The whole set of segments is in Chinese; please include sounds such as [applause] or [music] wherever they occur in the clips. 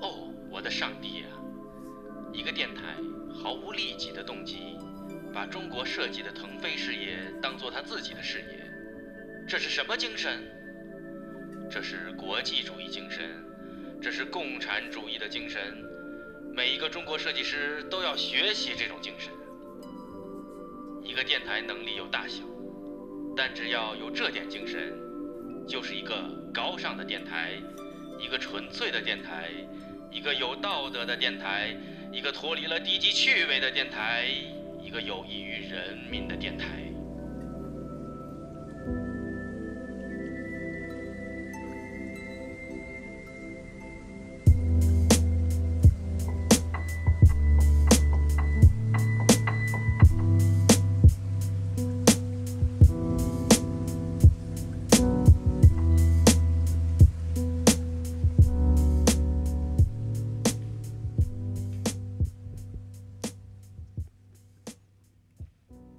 哦我的上帝啊！一个电台毫无利己的动机，把中国设计的腾飞事业当做他自己的事业，这是什么精神？这是国际主义精神，这是共产主义的精神。每一个中国设计师都要学习这种精神。一个电台能力有大小，但只要有这点精神，就是一个高尚的电台，一个纯粹的电台，一个有道德的电台，一个脱离了低级趣味的电台，一个有益于人民的电台。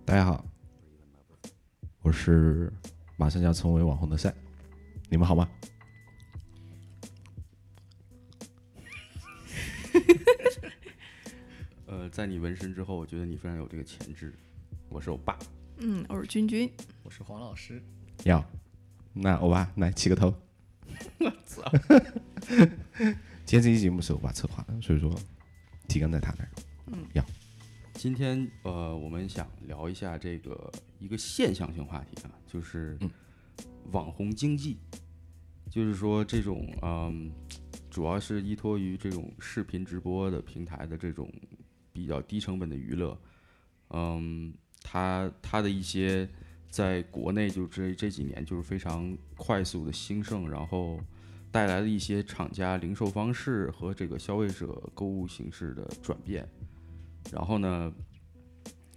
大家好，我是马上要成为网红的赛，你们好吗？呃，在你纹身之后，我觉得你非常有这个潜质。我是欧巴，嗯，我是君君，我是黄老师，要，那欧巴来起个头。我操！ [laughs] 今天这期节目是欧巴策划的，所以说提纲在他那儿。今天呃，我们想聊一下这个一个现象性话题啊，就是网红经济，就是说这种嗯、主要是依托于这种视频直播的平台的这种比较低成本的娱乐，嗯，它它的一些在国内就这这几年就是非常快速的兴盛，然后带来了一些厂家零售方式和这个消费者购物形式的转变。然后呢，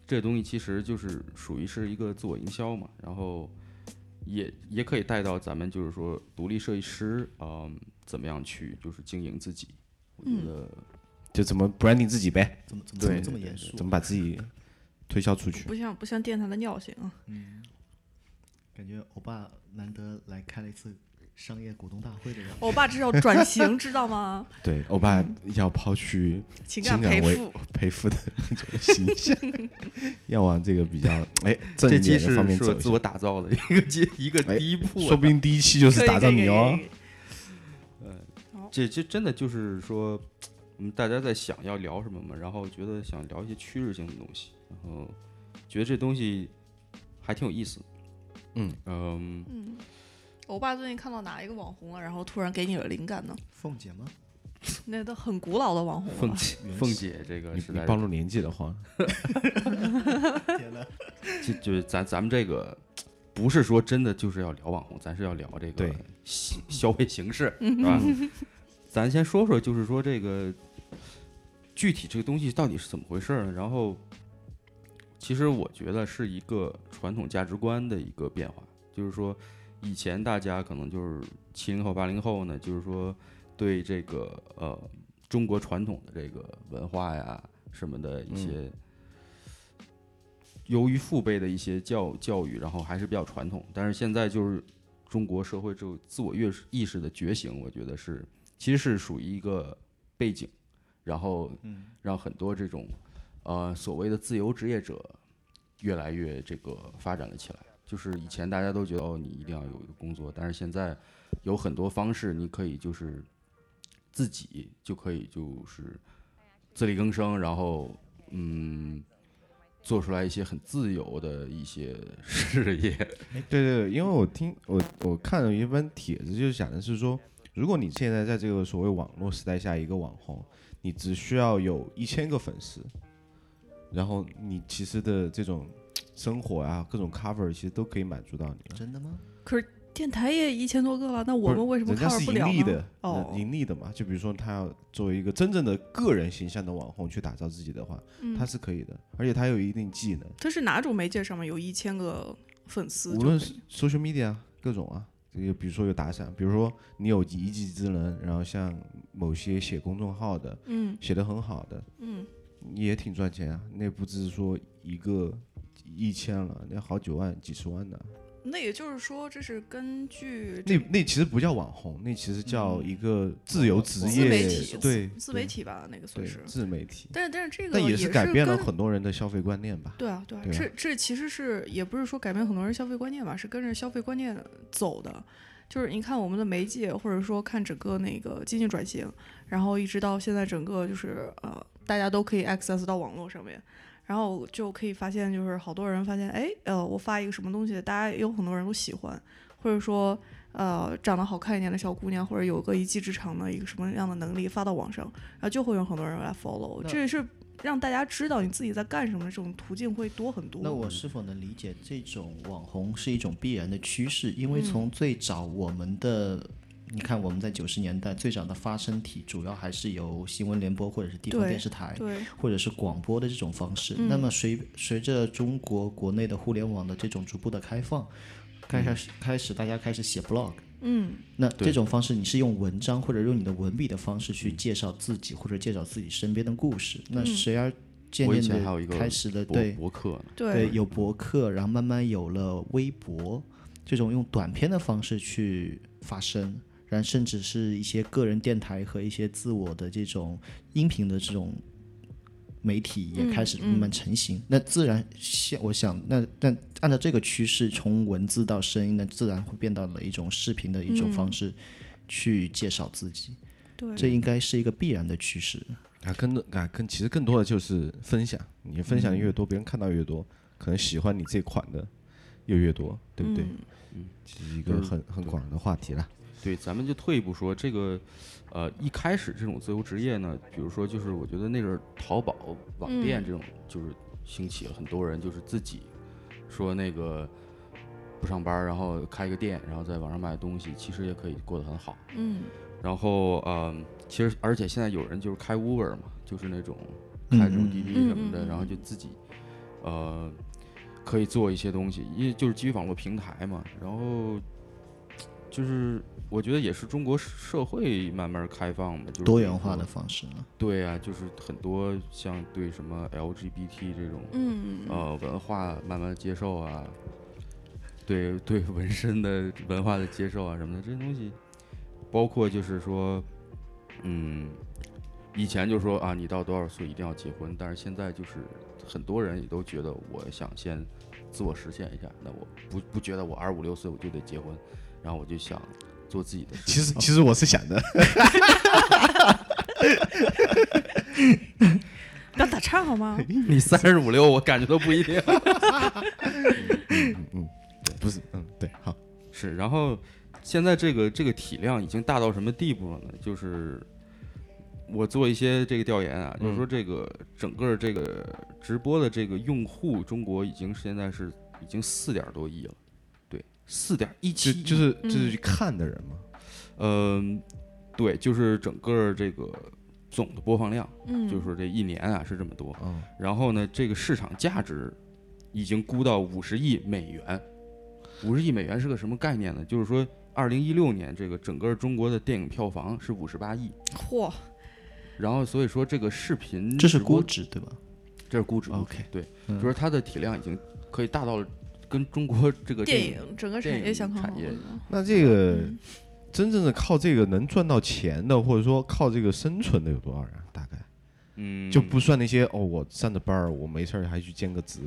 这东西其实就是属于是一个自我营销嘛，然后也也可以带到咱们就是说独立设计师，嗯、怎么样去就是经营自己，我嗯觉得就怎么 branding 自己呗，怎么怎么怎对么这么严肃？怎么把自己推销出去？不像不像电台的尿性啊，感觉欧巴难得来开了一次商业股东大会的样子。我爸这是要 [laughs] 转型，知道吗？对，欧巴要抛去情感情感赔为付，赔付的那种形 [laughs] 象，要往这个比较哎正这期面的是方面走是一自下。我打造的一个阶一个哎第一步啊、说不定第一期就是打造你哦。这这真的就是说，嗯，大家在想要聊什么嘛，然后觉得想聊一些趋势性的东西，然后觉得这东西还挺有意思。嗯嗯，嗯，我爸最近看到哪一个网红了，然后突然给你了灵感呢？凤姐 [laughs] 吗？那都很古老的网红凤了，姐原，始凤姐这个你时你代，暴露年纪的话，天哪！就就是咱咱们这个不是说真的就是要聊网红，咱是要聊这个对消消费形式，是吧？ [laughs] 咱先说说，就是说这个具体这个东西到底是怎么回事儿呢？然后，其实我觉得是一个传统价值观的一个变化，就是说以前大家可能就是七零后、八零后呢，就是说对这个呃中国传统的这个文化呀什么的一些。由于父辈的一些教教育，然后还是比较传统，但是现在就是中国社会这种自我意识意识的觉醒，我觉得是其实是属于一个背景，然后让很多这种呃所谓的自由职业者越来越这个发展了起来。就是以前大家都觉得哦，你一定要有一个工作，但是现在有很多方式，你可以就是自己就可以就是自力更生，然后嗯。做出来一些很自由的一些事业，对对对，因为我听我我看了一篇帖子，就是讲的是说，如果你现在在这个所谓网络时代下一个网红，你只需要有一千个粉丝，然后你其实的这种生活啊，各种 cover 其实都可以满足到你。真的吗？电台也一千多个了，那我们为什么人家 cover 是不盈了利呢的？，哦盈利的嘛？就比如说他要作为一个真正的个人形象的网红去打造自己的话，嗯他，是可以的，而且他有一定技能。它是哪种媒介上面有一千个粉丝就可以？无论是 social media 啊，各种啊，这个比如说有打赏，比如说你有一技之能，然后像某些写公众号的，嗯写的很好的，嗯，也挺赚钱啊。那不只是说一个一千了，那好几万、几十万的，那也就是说，这是根据那那其实不叫网红，那其实叫一个自由职嗯自业，媒体对自媒体吧，那个算对是。自媒体，但是但是这个但也是改变了跟很多人的消费观念吧。对啊，对啊，对吧这这其实是也不是说改变很多人消费观念吧，是跟着消费观念走的。就是你看我们的媒介，或者说看整个那个经济转型，然后一直到现在整个就是呃，大家都可以 access 到网络上面，然后就可以发现，就是好多人发现，哎，呃，我发一个什么东西，大家有很多人都喜欢，或者说呃，长得好看一点的小姑娘，或者有个一技之长的一个什么样的能力发到网上，然后就会有很多人来 follow，那这也是让大家知道你自己在干什么，这种途径会多很多。那我是否能理解这种网红是一种必然的趋势？因为嗯从最早我们的，你看我们在九十年代最早的发声体，主要还是由新闻联播或者是地方对电视台对，嗯或者是广播的这种方式。那么随随着中国国内的互联网的这种逐步的开放，开始开始大家开始写 blog。嗯，那这种方式，你是用文章或者用你的文笔的方式嗯去介绍自己，或者介绍自己身边的故事。那谁而渐我以渐前还有一的个开始了博对博客呢，对，有博客，然后慢慢有了微博这种用短篇的方式去发声，然后甚至是一些个人电台和一些自我的这种音频的这种媒体也开始慢慢成型。那自然，像我想，那那按照这个趋势，从文字到声音，那自然会变到了一种视频的一种方式。去介绍自己，对，这应该是一个必然的趋势。啊，更多啊，更其实更多的就是分享，你分享的嗯越多，别人看到越多，可能喜欢你这款的又越多，对不对？嗯，这是一个很很广的话题啦。对，咱们就退一步说，这个，呃，一开始这种自由职业呢，比如说就是我觉得那阵儿淘宝网店这种就是兴起了，很多人就是自己说那个不上班儿，然后开个店，然后在网上卖东西，其实也可以过得很好。嗯，然后，嗯、其实而且现在有人就是开 Uber 嘛，就是那种嗯开这种滴滴什么的，嗯嗯嗯然后就自己，呃，可以做一些东西，因为就是基于网络平台嘛。然后，就是我觉得也是中国社会慢慢开放嘛，就是多元化的。方式呢？对啊，就是很多像对什么 LGBT 这种，嗯，呃文化慢慢接受啊，对对纹身的文化的接受啊什么的，这些东西，包括就是说，嗯，以前就说啊，你到多少岁一定要结婚，但是现在就是很多人也都觉得，我想先自我实现一下，那我不不觉得我二十五六岁我就得结婚，然后我就想做自己的事。其实其实我是想的，不嗯要打岔好吗？ [laughs] 你三十五六，我感觉都不一定。 [laughs] 不是，嗯，对，好，是，然后现在这个这个体量已经大到什么地步了呢？就是我做一些这个调研啊，就是说这个整个这个直播的这个用户，中国已经现在是已经四点多亿了，对，四点一就七，就是嗯就是去看的人嘛，嗯、对，就是整个这个总的播放量，嗯，就是说这一年啊是这么多，嗯，然后呢，这个市场价值已经估到五十亿美元。五十亿美元是个什么概念呢？就是说，二零一六年这个整个中国的电影票房是五十八亿，嚯，然后所以说这个视频这是直播估，值对吧？这是估值 OK 对，嗯就是它的体量已经可以大到了跟中国这个电影影整个产业相抗衡电影产业了那这个嗯真正的靠这个能赚到钱的，或者说靠这个生存的有多少人啊？大概嗯就不算那些哦，我上着班儿，我没事儿还去兼个职，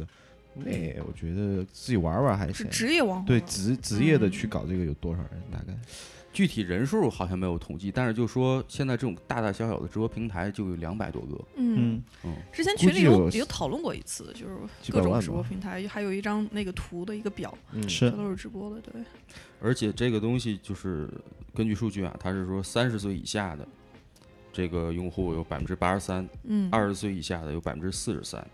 那我觉得自己玩玩还是行。职业嗯网红，对，职职业的去搞这个有多少人？大概具体人数好像没有统计，但是就说现在这种大大小小的直播平台就有两百多个，嗯，嗯，之前估群里计有有有讨论过一次，就是几各百种万直播吧平台，还有一张那个图的一个表，嗯是它都是直播的，对，而且这个东西就是根据数据啊，它是说三十岁以下的这个用户有百分之八十三，嗯，二十岁以下的有百分之四十三，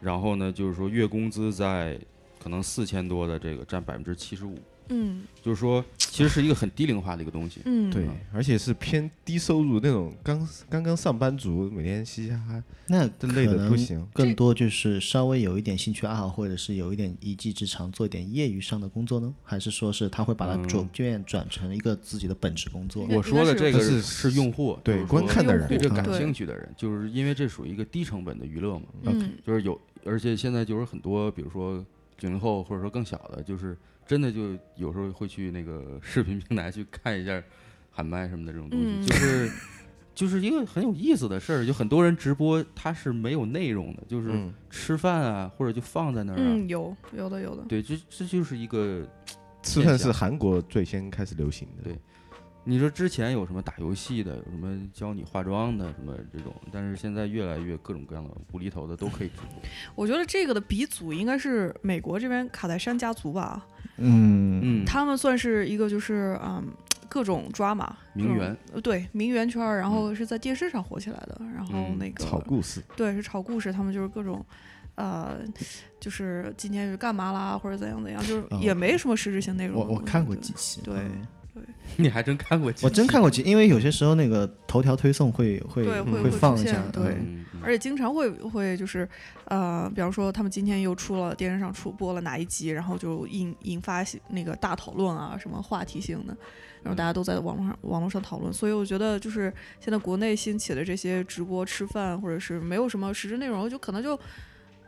然后呢，就是说月工资在可能四千多的这个占百分之七十五，嗯就是说其实是一个很低龄化的一个东西。嗯，对，而且是偏低收入那种刚刚刚上班族，每天嘻嘻哈哈，那这累可的不能行。更多就是稍微有一点兴趣爱好，或者是有一点一技之长，做一点业余上的工作呢？还是说是他会把它转变转成一个自己的本职工作？应该我说的这个嗯应该是是用户，对就是说观看的人啊对这嗯感对兴趣的人，就是因为这属于一个低成本的娱乐嘛，嗯就是有，而且现在就是很多，比如说九零后或者说更小的，就是真的就有时候会去那个视频平台去看一下喊麦什么的这种东西，嗯就是就是一个很有意思的事儿。就很多人直播他是没有内容的，就是嗯，吃饭啊，或者就放在那儿啊。嗯，有有的有的，对，这这就是一个，吃饭是韩国最先开始流行的，对你说之前有什么打游戏的，有什么教你化妆的，什么这种，但是现在越来越各种各样的无厘头的都可以直播。我觉得这个的鼻祖应该是美国这边卡戴珊家族吧，嗯，嗯，他们算是一个就是嗯各种 drama 名这种媛，呃对名媛圈儿，然后是在电视上火起来的，然后嗯那个、嗯炒故事，对是炒故事，他们就是各种。呃，就是今天是干嘛啦，或者怎样怎样，就是啊也没什么实质性内容。我我看过对几期，对嗯你还真看过几集？我真看过几，因为有些时候那个头条推送会会对会会会放出一下现，对对，嗯，嗯而且经常会会就是，呃，比方说他们今天又出了电视上出播了哪一集，然后就引引发起那个大讨论啊，什么话题性的，然后大家都在网络上网络上讨论。所以我觉得就是现在国内兴起的这些直播吃饭，或者是没有什么实质内容，就可能就，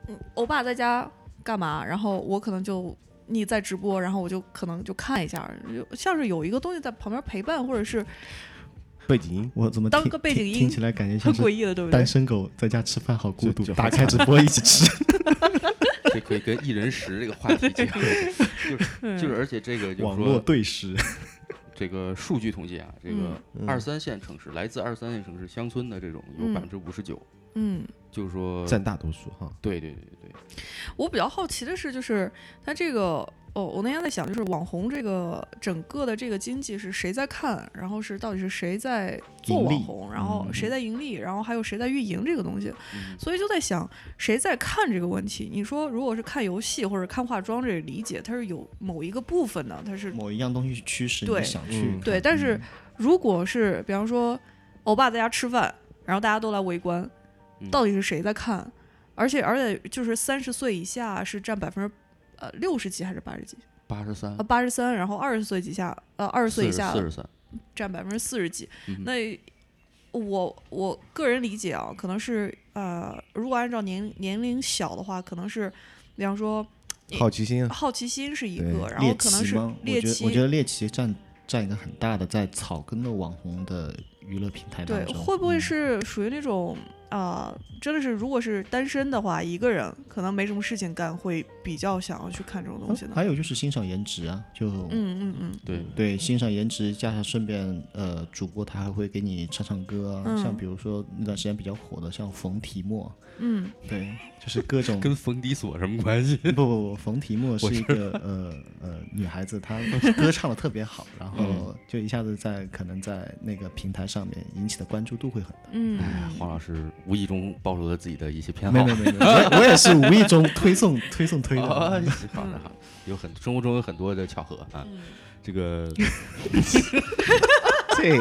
嗯，欧巴在家干嘛，然后我可能就。你在直播，然后我就可能就看一下，就像是有一个东西在旁边陪伴，或者是背景音，我怎么当听个背景听音听起来感觉很像诡是异的，对不对单？身狗在家吃饭好孤独就就，打开直播一起 [laughs] 吃。这可以跟一人食这个话题结合，嗯就是就是，而且这个就是网络说对食，这个数据统计啊，这个嗯二三线城市来自二三线城市乡村的这种有嗯百分之五十九，嗯，就是说，占大多数哈，对对对对对，我比较好奇的是，就是它这个，哦，我那天在想，就是网红这个整个的这个经济是谁在看，然后是到底是谁在做盈利网嗯红，然后谁在盈利，然后还有谁在运营这个东西，嗯所以就在想谁在看这个问题。你说如果是看游戏或者看化妆这个理解，它是有某一个部分的，它是某一样东西驱使对你想去嗯看。对，但是如果是比方说欧巴在家吃饭，然后大家都来围观嗯，到底是谁在看？而且而且就是三十岁以下是占百分之呃六十几还是八十几？八十三呃，八十三，然后二十岁以下呃二十岁以下四十三，占百分之四十几。嗯哼那我我个人理解啊，可能是呃，如果按照年年龄小的话，可能是比方说嗯也好奇心 [laughs] 啊，好奇心是一对个，然后猎可能奇是吗？我猎觉得奇，我觉得猎奇占占一个很大的在草根的网红的娱乐平台当对，中。会不会嗯是属于那种啊、呃真的是，如果是单身的话，一个人可能没什么事情干，会比较想要去看这种东西呢？哦嗯还有就是欣赏颜值啊，就嗯嗯嗯，对，对欣赏颜值，加上顺便呃，主播他还会给你唱唱歌啊，嗯像比如说那段时间比较火的，像冯提莫，嗯， [laughs] 对，就是各种跟冯迪索什么关系？不不不，冯提莫是一个呃呃女孩子，她歌唱的特别好， [laughs] 然后嗯就一下子在可能在那个平台上面引起的关注度会很大。嗯哎，黄老师无意中暴露了自己的一些偏没好没。 [laughs] 没没，我 [laughs] 也我也是无意中推送推送推啊 [laughs] 的，，好的好，有很生活中有很多的巧合啊，嗯这个对，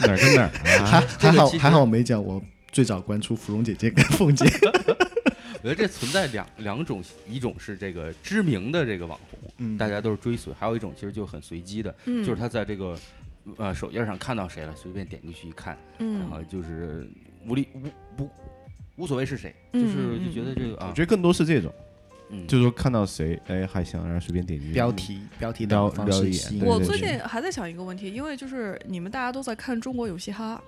哪儿跟哪儿啊？还这还个好其实还好我没讲我。最早关注芙蓉姐姐跟凤姐，我觉得这存在两两种，一种是这个知名的这个网红，嗯大家都是追随；还有一种其实就很随机的，嗯，就是他在这个呃首页上看到谁了，随便点进去一看，然后嗯，就是无理无无无所谓是谁，嗯就是就觉得这个 [laughs] 我啊觉，得更多是这种，嗯，就是说看到谁哎还行，然后随便点进去标题标题聊党方聊式一吸眼引对我对最对近还在想一个问题，因为就是你们大家都在看《中国有嘻哈》，嗯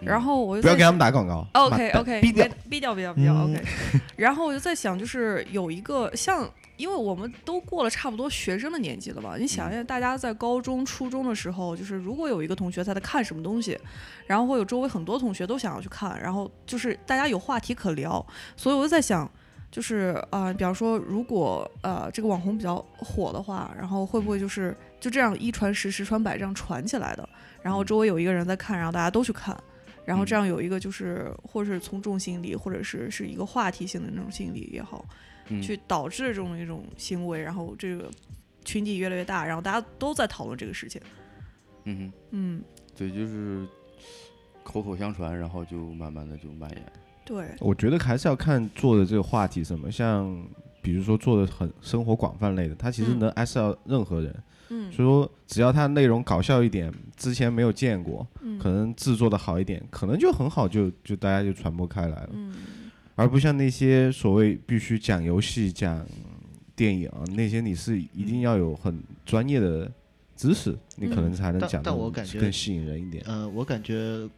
然后我就不要在给他们打广告哦 OK OK，逼掉逼掉，逼掉，逼掉。嗯 OK，然后我就在想，就是有一个像，因为我们都过了差不多学生的年纪了吧？你嗯想一下，大家在高中、初中的时候，就是如果有一个同学他在看什么东西，然后会有周围很多同学都想要去看，然后就是大家有话题可聊，所以我就在想。就是啊、呃比方说，如果呃这个网红比较火的话，然后会不会就是就这样一传十，十传百这样传起来的？嗯然后周围有一个人在看，然后大家都去看，然嗯后这样有一个就是，或者是从众心理，或者是是一个话题性的那种心理也好，嗯去导致这种一种行为，然后这个群体越来越大，然后大家都在讨论这个事情。嗯嗯，哼，对，就是口口相传，然后就慢慢的就蔓延，对，我觉得还是要看做的这个话题是什么，像比如说做的很生活广泛类的，它其实嗯能 S 到任何人，嗯所以说只要它内容搞笑一点，之前没有见过，嗯可能制作的好一点，可能就很好就，就大家就传播开来了，嗯而不像那些所谓必须讲游戏、讲电影啊那些，你是一定要有很专业的知嗯识，你可能才能但讲的但我感觉更吸引人一点。呃，我感觉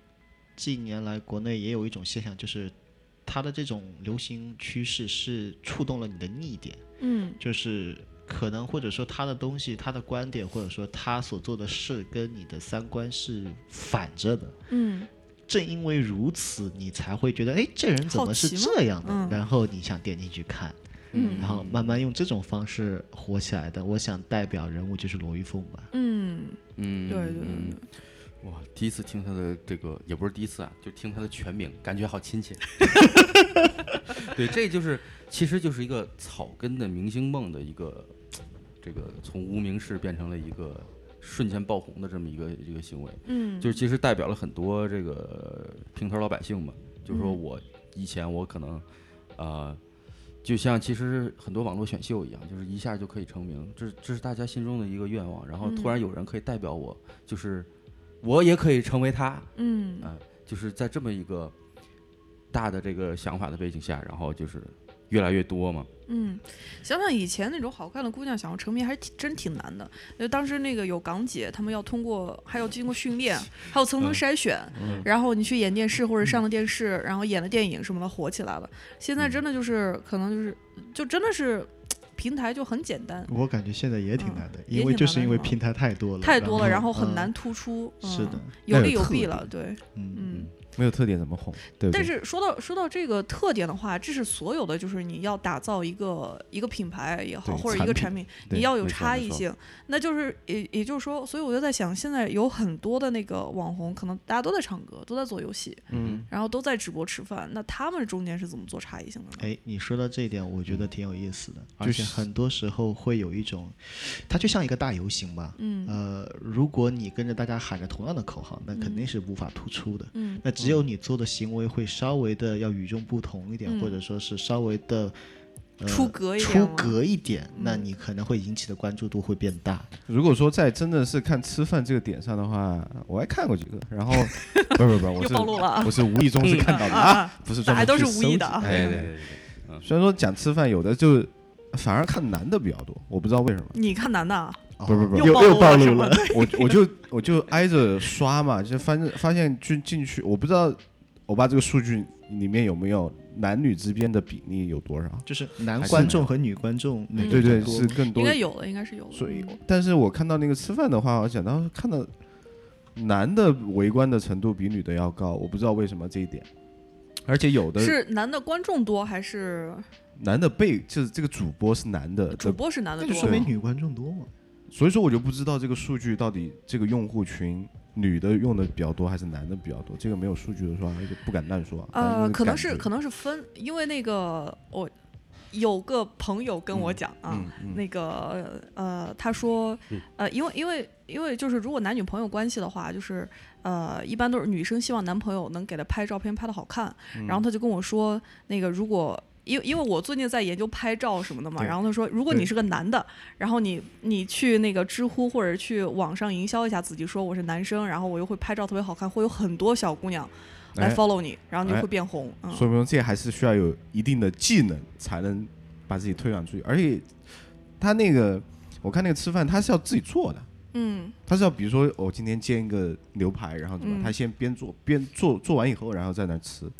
近年来国内也有一种现象，就是它的这种流行趋势是触动了你的逆点，嗯就是可能或者说他的东西、他的观点，或者说他所做的事跟你的三观是反着的。嗯正因为如此，你才会觉得，哎，这人怎么是好奇吗这样的？嗯然后你想点进去看，嗯然后慢慢用这种方式火起来的。我想代表人物就是罗玉凤吧。嗯，嗯，对对对嗯对，哇，第一次听他的这个，也不是第一次啊，就听他的全名，感觉好亲切。对，这就是其实就是一个草根的明星梦的一个，这个从无名氏变成了一个瞬间爆红的这么一个一个行为，嗯就是其实代表了很多这个平头老百姓嘛，就是说嗯我以前我可能，呃。就像其实很多网络选秀一样，就是一下就可以成名，这这是大家心中的一个愿望。然后突嗯然有人可以代表我，就是我也可以成为他，嗯呃，就是在这么一个大的这个想法的背景下，然后就是越来越多嘛。嗯，想想以前那种好看的姑娘想要成名，还是挺真挺难的。就当时那个有港姐，她们要通过，还要经过训练，还有层层筛选，然后你去演电视或者上了电视，然后演了电影什么的，火起来了。现在真的就是可能就是就真的是平台就很简单，我感觉现在也挺难的，嗯也因为挺就是难因的为是吗平台太多了，太多了，然后很嗯难突出。嗯、是的，，有要利有有特弊点了，对，嗯，嗯。没有特点怎么红？对不对？但是说到说到这个特点的话，这是所有的，就是你要打造一个一个品牌也好，对或者一个产产品，对你要有没错差没异错性。那就是也也就是说，所以我就在想，现在有很多的那个网红，可能大家都在唱歌，都在做游戏，嗯，然后都在直播吃饭，那他们中间是怎么做差异性的呢？哎，你说到这一点，我觉得挺有意思的，而就且是很多时候会有一种，它就像一个大游行吧，嗯呃，如果你跟着大家喊着同样的口号，那肯定是无法突出的。嗯那只有你做的行为会稍微的要与众不同一点，嗯或者说是稍微的、呃、出格一点出了格一点，那嗯你可能会引起的关注度会变大。如果说在真的是看吃饭这个点上的话，我还看过几个，然 [laughs] 后不是不是不是，我又是暴露了啊我是无意中是看 [laughs] 到的啊啊啊，不是大专家门都去是无意搜的啊集哎哎对对对虽然说讲吃饭，有的就反而看男的比较多，我不知道为什么。你看男的啊，不是不是又又又暴露露 [laughs] 了了，我我就我就挨着刷嘛，就发现发现进进去，我不知道我把这个数据里面有没有男女之间的比例有多少？就是男还是观没众和女观众哪嗯个对对，多是更多应该有了，应该是有了。所以嗯，但是我看到那个吃饭的话，我想到看到男的围观的程度比女的要高，我不知道为什么这一点。而且有的是男的观众多还是男的被就是这个主播是男的，主播是男的那多呃就吗？说明女观众多嘛。所以说我就不知道这个数据到底这个用户群女的用的比较多还是男的比较多，这个没有数据的说法，就不敢乱说啊。呃，可能是可能能是分，因为那个我有个朋友跟我讲啊，嗯嗯那个呃，他说呃，因为因为因为就是如果男女朋友关系的话，就是呃，一般都是女生希望男朋友能给她拍照片拍的好看，嗯然后他就跟我说，那个如果。因为因为我最近在研究拍照什么的嘛，对然后他说，如果对你是个男的，然后你你去那个知乎或者去网上营销一下自己，说我是男生，然后我又会拍照特别好看，会有很多小姑娘来哎 follow 你，然后你就哎会变红。嗯，说明这还是需要有一定的技能才能把自己推广出去，而且他那个我看那个吃饭他是要自己做的。嗯他是要比如说哦我、今天煎一个牛排，然后怎么样，嗯他先边做边做，做完以后然后在那儿吃。，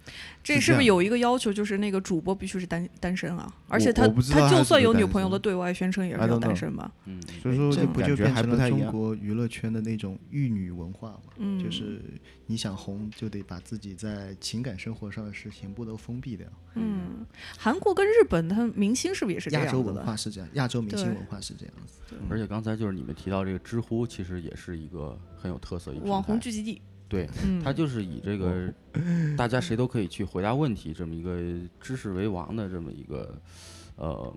这是是不这样是有一个要求，就是那个主播必须是单单身啊？而且我他我不知道他他是就不算是有女单朋友身的对外宣称也是 I 要 don't 单 know 身吧？嗯，所以说哎这就不感就觉变还成不了太一中样。国娱乐圈的那种玉女文化嘛？嗯，就是你想红，就得把自己在情感生活上的事情不都封闭掉。嗯，韩国跟日本，他们明星是不是也是这亚洲样子文的？化是这样，亚洲明星对文化是这样子。而且刚才就是你们提到这个知乎，其实也是一个很有特色一个网平红台聚集地，对，嗯，它就是以 [laughs] 这个大家谁都可以去回答问题这么一个知识为王的这么一个，呃，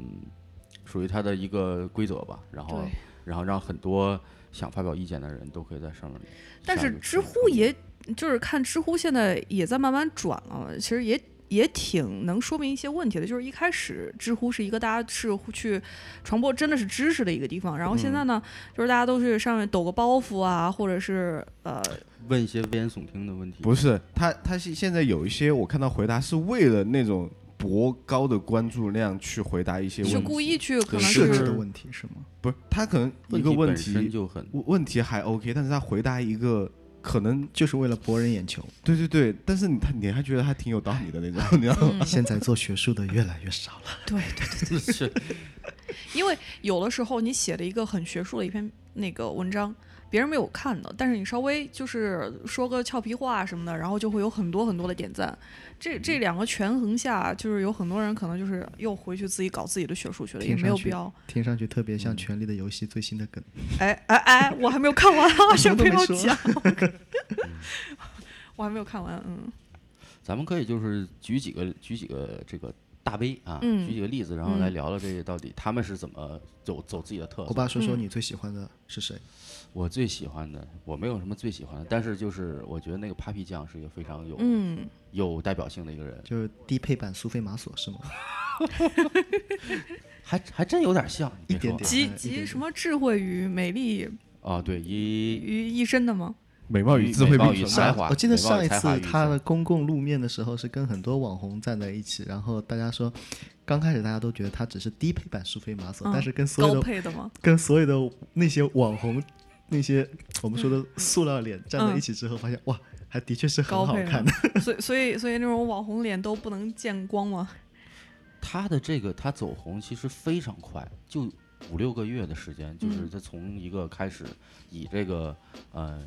属于它的一个规则吧。然后对，然后让很多想发表意见的人都可以在上面。但下是一个知去乎也就是看知乎现在也在慢慢转了，其实也。也挺能说明一些问题的，就是一开始知乎是一个大家是去传播真的是知识的一个地方，然后现嗯在呢，就是大家都是上面抖个包袱啊，或者是呃，问一些危言耸听的问题。不是他，他是现在有一些我看到回答是为了那种博高的关注量去回答一些问是题，故意去可对能设置是的问题是吗？不是他可能一个题问本身题就很 [laughs] 问问题还 OK，但是他回答一个可能就是为了博人眼球。对对对，但是你他你还觉得他挺有道理的那种，你知道吗？ [laughs] 现在做学术的越来越少了，嗯对对对，是因为有的时候你写了一个很学术的一篇那个文章，别人没有看的，但是你稍微就是说个俏皮话什么的，然后就会有很多很多的点赞。这这嗯两个权衡下，就是有很多人可能就是又回去自己搞自己的学术去了，也听没上有去必要。听上去特别像《权力的游戏》最新的梗。哎哎哎，我还没有看完 [laughs] 啊，什先么不都没要说讲。我还没有看完，嗯咱们可以就是举几个举几个这个大 V 啊，嗯举几个例子，然后来嗯聊聊这个到底他们是怎么走走自己的特欧色。巴，说说嗯你最喜欢的是谁？我最喜欢的，我没有什么最喜欢的，但是就是我觉得那个 Papi 酱是一个非常有、嗯，有代表性的一个人，就是低配版苏菲玛索是吗？还还真有点像，你别一说点点集哎一集点什么智慧与美丽啊，对，一于一身的吗？美貌与与智慧美貌并与存才嘛华我记得美貌上与一才华次与他智的公共露面的时候，是跟很多网红站在一起，然后大家说，刚开始大家都觉得他只是低配版苏菲玛索，嗯但是跟所有高的配的吗？跟所有的那些网红，那些呃我们说的塑料脸站在一起之后，发现哇，还的确是很高好配看的 [laughs] 吗。所以所以所以那种网红脸都不能见光吗？他的这个他走红其实非常快，就五六个月的时间，就是嗯他从一个开始以这个呃，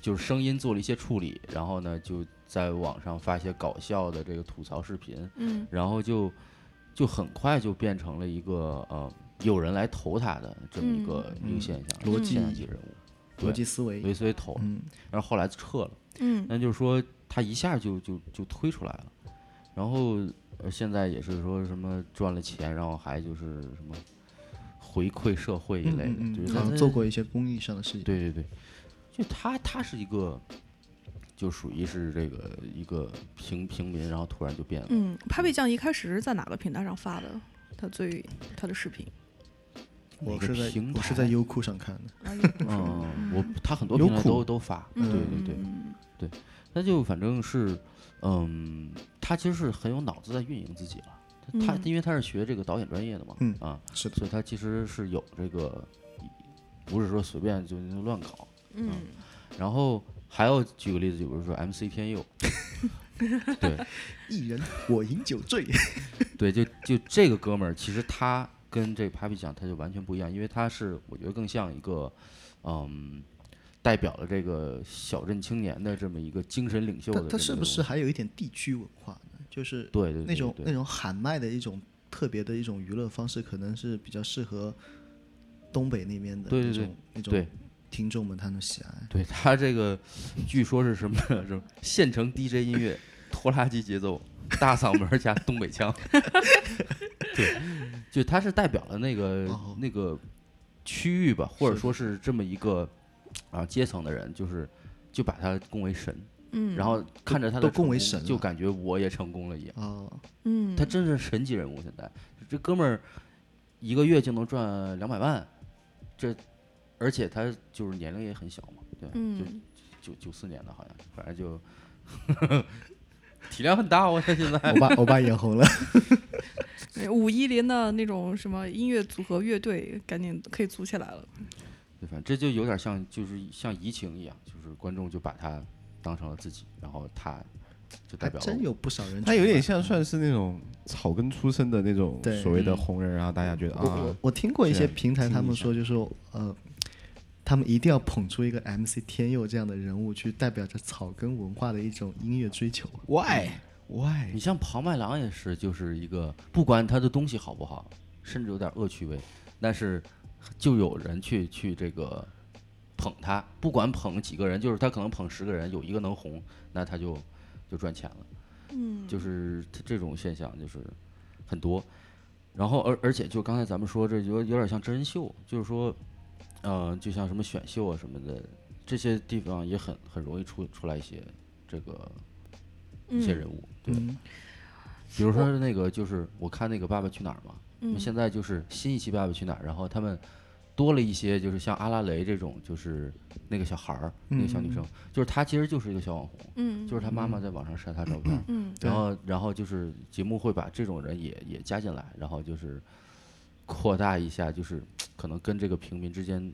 就是声音做了一些处理，然后呢就在网上发一些搞笑的这个吐槽视频，嗯然后就就很快就变成了一个呃有人来投他的这么一个、一个嗯现象，一逻个现象辑级人物，逻辑思维，所以所以投了，嗯，然后后来撤了。嗯那就是说他一下就就就推出来了，然后呃现在也是说什么赚了钱，然后还就是什么回馈社会一类的，嗯嗯就是他嗯好像在做过一些公益上的事情。对对对，就他他是一个就属于是这个一个平平民，然后突然就变了，嗯，Papi 酱一开始是在哪个平台上发的？他最他的视频我一个是在平我是在台优酷上看的，[laughs] 啊，也 [laughs] 不是嗯，嗯我他很多优平台酷都都发，对嗯对对，嗯那就反正是，嗯，他其实是很有脑子在运营自己了。他他嗯因为他是学这个导演专业的嘛，嗯啊，是的所以他其实是有这个，不是说随便就就乱搞。啊嗯然后还要举个例子，就比如说 MC 天佑，对一人我饮酒醉，对，就就这个哥们儿，其实他跟这 Papi 酱他就完全不一样，因为他是我觉得更像一个，嗯。代表了这个小镇青年的这么一个精神领袖的这么一他个他东西，是不是还有一点地区文化呢？就是对对对那种对那种喊麦的一种特别的一种娱乐方式，可能是比较适合东北那边的对对那对种那对种听众们他们喜爱。对他这个，据说是什么什么县城 DJ 音乐，拖拉机节奏，大嗓门儿加东北腔。 [laughs] 对，就他是代表了那个、哦那个区域吧，或者是说是这么一个啊阶层的人，就是就把他供为神，嗯，然后看着他的都供为成功神就了感觉我也成功了一样。哦，嗯，他真是神级人物，现在这哥们儿一个月就能赚两百万，这而且他就是年龄也很小嘛，对吧，就嗯九九四年的，好像是，反正就体量很大哦，他现在 [laughs] 欧巴欧巴眼红了，哎五一林的那种什么音乐组合乐队，赶紧可以组起来了。对，反正这就有点像，就是像移情一样，就是观众就把他当成了自己，然后他就代还表了真我有不少人崇拜。他有点像算是那种草根出身的那种对所谓的嗯红人，然后大家觉得我我啊，我听过一这些样平台，听他一们下说就说呃，他们一定要捧出一个 MC 天佑这样的人物，去代表着草根文化的一种音乐追求。 why why 你像庞麦郎也是，就是一个不管他的东西好不好，甚至有点恶趣味，但是就有人去去这个捧他，不管捧几个人，就是他可能捧十个人，有一个能红，那他就就赚钱了。嗯，就是它这种现象就是很多。然后而而且就刚才咱们说这有有点像真人秀，就是说，呃，就像什么选秀啊什么的，这些地方也很很容易出出来一些这个一些人物，对。嗯，比如说那个就是我看那个《爸爸去哪儿》嘛，那嗯，现在就是新一期《爸爸去哪儿》，然后他们多了一些，就是像阿拉蕾这种，就是那个小孩儿，那个小女生，就是她其实就是一个小网红，嗯，就是她妈妈在网上晒她照片，嗯然后然后就是节目会把这种人也也加进来，然后就是扩大一下，就是可能跟这个平民之间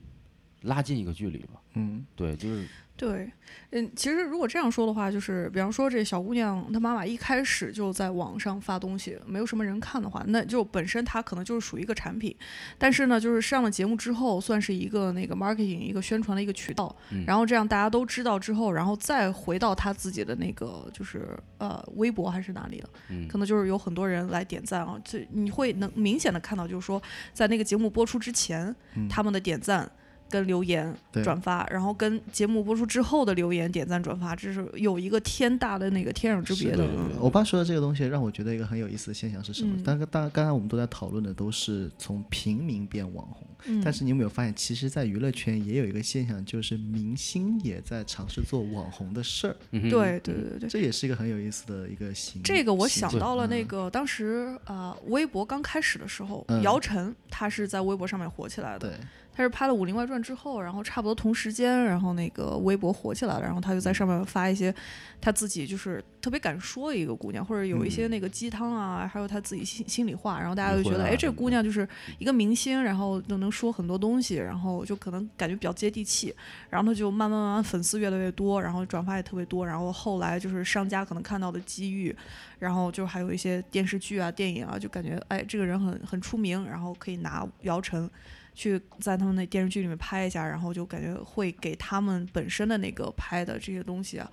拉近一个距离吧。嗯，对，就是对，嗯，其实如果这样说的话，就是比方说这小姑娘她妈妈一开始就在网上发东西，没有什么人看的话，那就本身她可能就是属于一个产品，但是呢，就是上了节目之后，算是一个那个 marketing 一个宣传的一个渠道，嗯然后这样大家都知道之后，然后再回到她自己的那个就是呃微博还是哪里的，嗯可能就是有很多人来点赞啊，这你会能明显的看到，就是说在那个节目播出之前，他们的点赞跟留言嗯对转发，然后跟节目播出之后的留言点赞转发，这是有一个天大的那个天壤之别的。嗯我爸说的哦这个东西让我觉得一个很有意思的现象是什么嗯？但是大刚才我们都在讨论的都是从平民变网红，嗯但是你有没有发现，其实，在娱乐圈也有一个现象，就是明星也在尝试做网红的事儿，嗯哼对对对对。这也是一个很有意思的一个形。这个我想形到了嗯那个当时呃，微博刚开始的时候，嗯姚晨她是在微博上面火起来的，对，她是拍了《武林外传》之后，然后差不多同时间，然后那个微博火起来了，然后她就嗯在上面发一些她自己就是特别敢说的一个姑娘，或者有一些那个鸡汤啊，还有她自己心心里话，然后大家就嗯觉回得，来哎，了嗯这姑娘就是一个明星，然后又能说很多东西，然后就可能感觉比较接地气，然后她就慢慢慢慢粉丝越来越多，然后转发也特别多，然后后来就是商家可能看到的机遇，然后就还有一些电视剧啊、电影啊，就感觉哎，这个人很很出名，然后可以拿姚晨去在他们那电视剧里面拍一下，然后就感觉会给他们本身的那个拍的这些东西啊，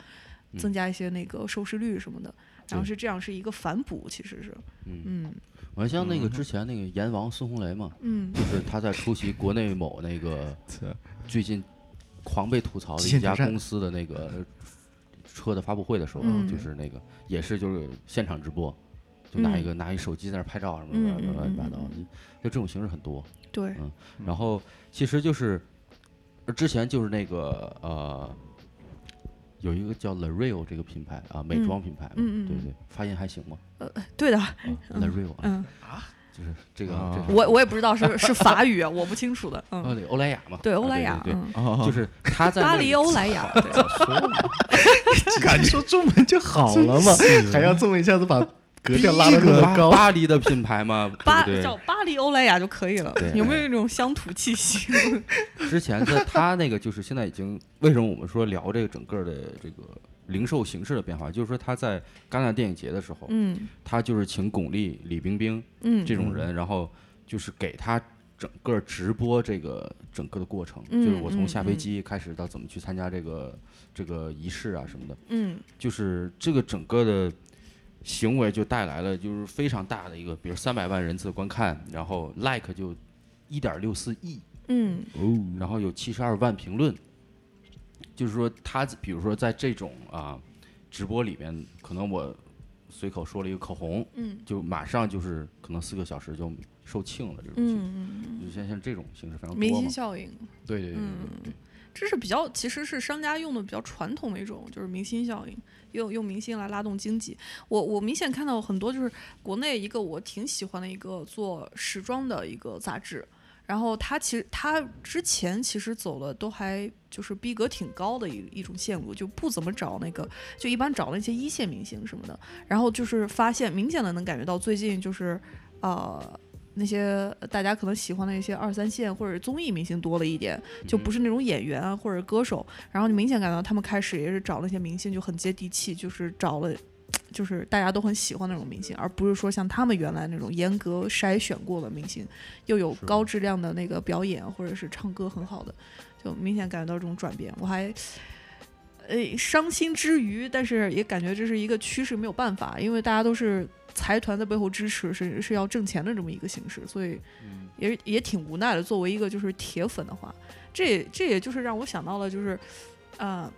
增加一些那个收视率什么的。然后嗯对是这样，是一个反哺，其实是，嗯好像像那个之前那个阎王孙红雷嘛，嗯就是他在出席国内某那个最近狂被吐槽的极一限家挑战公司的那个车的发布会的时候，啊嗯就是那个也是就是现场直播，就拿一个、拿一手机在那儿拍照啊什么的嗯嗯乱七八嗯糟嗯，就这种形式很多。对，然后其实就是呃之前就是那个呃。有一个叫 l a r e a 这个品牌啊，美嗯妆品牌嘛，嗯嗯对嗯对，发音还行吗？呃对的，啊 l a r e a 嗯，就是这个，啊这个我我也不知道是是法语啊，我不清楚的，呃嗯，，欧莱雅嘛，对，啊欧莱雅，对对嗯，哦，就是他在巴那黎里欧莱雅，对 [laughs] 感觉说中文 [laughs] 就好了嘛，哦还要这么一下 [laughs] 子把格调拉得那么高。巴黎的品牌 [laughs] 嘛，巴对叫巴黎欧莱雅就可以了对，有没有一种乡土气息？ [laughs] 之前在他那个就是现在已经为什么我们说聊这个整个的这个零售形式的变化，就是说他在戛纳电影节的时候，嗯他就是请巩俐、李冰冰嗯这种人，然后就是给他整个直播这个整个的过程，嗯就是我从嗯下飞嗯机开始到怎么去参加这个这个仪式啊什么的，嗯就是这个整个的行为就带来了就是非常大的一个，比如三百万人次的观看，然后 like 就一点六四亿，嗯然后有七十二万评论，就是说他比如说在这种啊直播里面，可能我随口说了一个口红，嗯，就马上就是可能四个小时就售罄了这种情况，嗯，就像像这种形式非常明多嘛星，嗯效应，对对对对对这是比较其实是商家用的比较传统的一种，就是明星效应，用用明星来拉动经济。我我明显看到很多就是国内一个我挺喜欢的一个做时装的一个杂志。然后它其实它之前其实走了都还就是逼格挺高的一一种线路，就不怎么找那个，就一般找那些一线明星什么的。然后就是发现明显的能感觉到最近就是，呃，那些大家可能喜欢的一些二三线或者综艺明星多了一点，就不是那种演员啊或者歌手，然后你明显感到他们开始也是找那些明星就很接地气，就是找了。就是大家都很喜欢那种明星，而不是说像他们原来那种严格筛选过的明星，又有高质量的那个表演或者是唱歌很好的，就明显感觉到这种转变。我还，呃，伤心之余，但是也感觉这是一个趋势，没有办法，因为大家都是财团在背后支持，是是要挣钱的这么一个形式，所以也也挺无奈的。作为一个就是铁粉的话，这也这也就是让我想到了，就是，呃，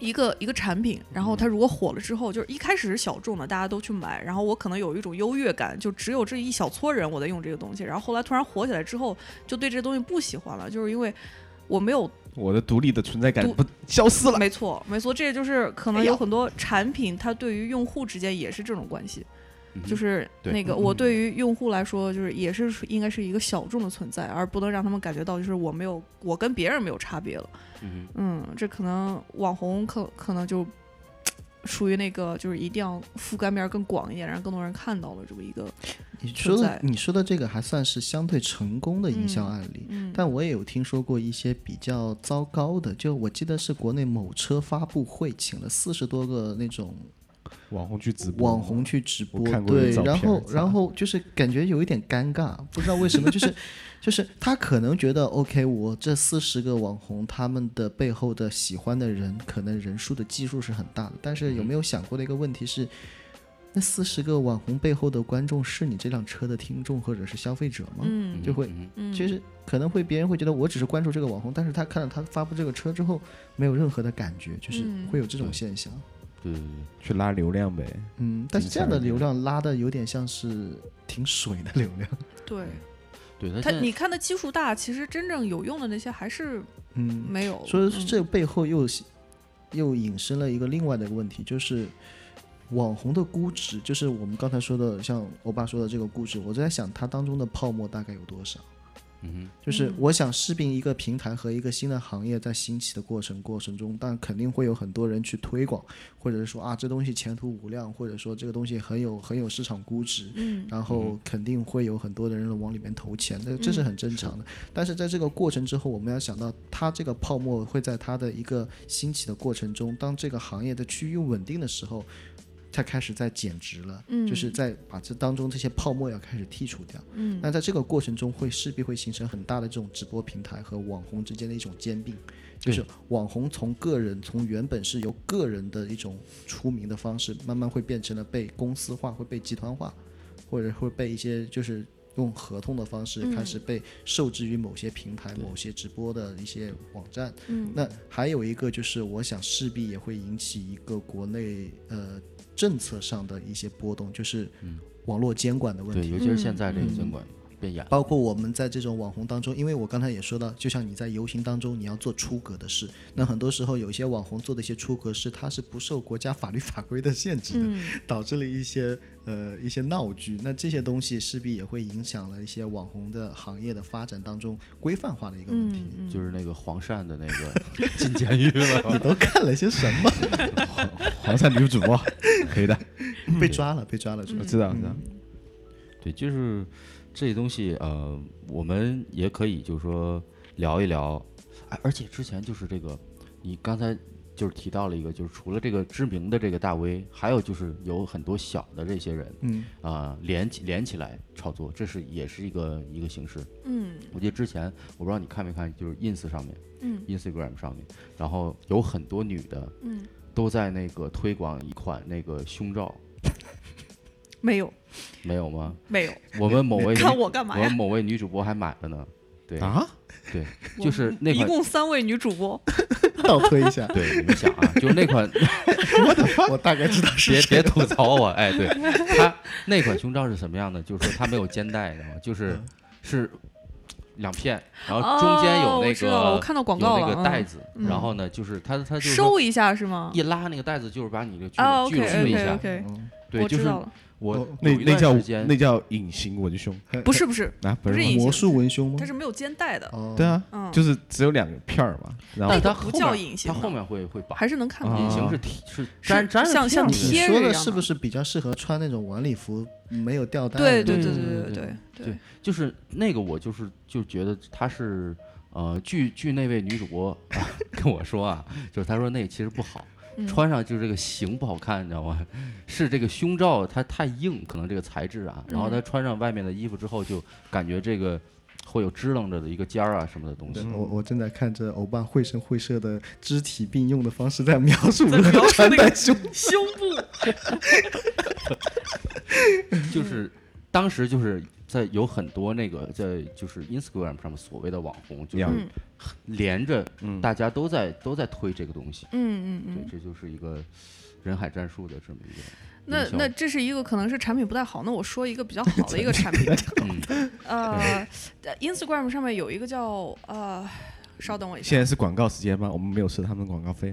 一个一个产品，然嗯后它如果火了之后，就是一开始是小众的，大家都去买，然后我可能有一种优越感，就只有这一小撮人我在用这个东西，然后后来突然火起来之后，就对这东西不喜欢了，就是因为我没有我的独立的存在感独不消失了。没错，没错，这就是可能哎呀有很多产品，它对于用户之间也是这种关系。嗯就是对那嗯个我对于用户来说，就是也是属应该是一个小众的存在，而不能让他们感觉到就是我没有我跟别人没有差别了。嗯嗯，这可能网红可可能就属于那个就是一定要覆盖面更广一点，让更多人看到了这么一个你说存的在你说的这个还算是相对成功的营销案例，嗯但我也有听说过一些比较糟糕的，就我记得是国内某车发布会请了四十多个那种网红去直播，网红去直播我看，过对有照，片然后是吧然后就是感觉有一点尴尬，不知道为什 [laughs] 么，就是就是他可能觉得 OK，我这四十个网红他们的背后的喜欢的人，可能人数的基数是很大的，但是有没有嗯想过的一个问题是，那四十个网红背后的观众是你这辆车的听众或者是消费者吗？嗯哼，就会嗯嗯，其实可能会别人会觉得我只是关注这个网红，但是他看到他发布这个车之后，没有任何的感觉，就是嗯会有这种对现象。哼对对对，去拉流量呗。嗯，但是这样的挺吓人的流量拉的有点像是挺水的流量。对对他他现在你看的基数大，其实真正有用的那些还是嗯，没有。所以嗯这背后又是又引申了一个另外的一个问题，就是网红的估值，就是我们刚才说的，像欧巴说的这个估值，我在想它当中的泡沫大概有多少。嗯就是嗯我想视频一个平台和一个新的行业在兴起的过程过程中，但肯定会有很多人去推广，或者是说啊这东西前途无量，或者说这个东西很有很有市场估值，嗯然后肯定会有很多的人往里面投钱，这这是很正常的。但是在这个过程之后，我们要想到它这个泡沫会在它的一个兴起的过程中，当这个行业的趋于稳定的时候，它开始在减值了，嗯就是在把这当中这些泡沫要开始剔除掉。嗯那在这个过程中会势必会形成很大的这种直播平台和网红之间的一种兼并，就是网红从个人从原本是由个人的一种出名的方式，慢慢会变成了被公司化，会被集团化，或者会被一些就是用合同的方式嗯开始被受制于某些平台、某些直播的一些网站。嗯那还有一个就是，我想势必也会引起一个国内呃政策上的一些波动，就是网络监管的问题。对，尤其是现在这嗯个监管变严，包括我们在这种网红当中，因为我刚才也说到，就像你在游行当中，你要做出格的事，那很多时候有一些网红做的一些出格事，它是不受国家法律法规的限制的，嗯 [laughs] 导致了一些呃一些闹剧。那这些东西势必也会影响了一些网红的行业的发展当中规范化的一个问题。嗯嗯，就是那个黄鳝的那 [laughs] 个进监狱你了，都看了些什么？黄鳝女主 [laughs] 播可以的，嗯被抓了，被抓了，主要我是知道知道。对，就是这东西，呃，我们也可以就是说聊一聊，哎，而且之前就是这个，你刚才就是提到了一个，就是除了这个知名的这个大 V，还有就是有很多小的这些人嗯啊、连起连起来炒作，这是也是一个一个形式。嗯我记得之前我不知道你看没看，就是 ins 上面嗯，Instagram 上面，然后有很多女的嗯，都在那个推广一款那个胸罩，没有没有吗？没有，我们某位女嗯看我干嘛我呀？某位女主播还买了呢。对啊，对，我就是那 [laughs] 一款。，共三位女主播，嗯倒推一下 [laughs] 对，你们想啊，就是那 [laughs] 款，我大概知道是别别谁了吐槽我，哎， [laughs] 对，它那款胸罩是什么样的？就是说它没有肩带，你知道吗？嗯就是是两片，然后中间有哦那我知道了我个看到广告有了，那个嗯带子，嗯然后呢，就是它它就是说收一下是吗？一拉那个带子，就是把你这聚啊聚，OK 出一 OK 下， OK，嗯对，我就知是道了，我哦那有一那段叫时间那叫隐形文胸 [laughs] 不是不是，啊，不不是是吗隐魔形术文胸吗它？是没有肩带的，哦，对，啊，嗯，就是只有两个片儿嘛，然后那它个不后叫面隐形它吧，后面会会绑，还是能看到啊隐的，形是贴是粘粘着像片儿像你贴说着一的样是不的是比较适合穿那种晚礼服，没有吊带的那对种？对对对对对嗯对就是那个，我就是就觉得她是，呃，据据那位女主播、啊跟我说啊，就是她说那其实不好，嗯穿上就是这个型不好看，你知道吗？是这个胸罩它太硬，可能这个材质啊，然后嗯她穿上外面的衣服之后，就感觉这个会有支棱着的一个尖儿啊什么的东嗯西。我我正在看着欧巴绘声绘色的肢体并用的方式，在描述在如描何述穿那戴个胸。 [laughs] 胸部，就是当时就是在有很多那个在就是 Instagram 上面所谓的网红，就两是嗯连着大家都在都在推这个东西。嗯嗯对，嗯，这就是一个人海战术的这么一个。那营销那这是一个可能是产品不太好，那我说一个比较 [laughs] 好的一个产品，嗯，呃在，Instagram 上面有一个叫呃，稍等我一现下在是广告时间吗？我们没有收他们的广告费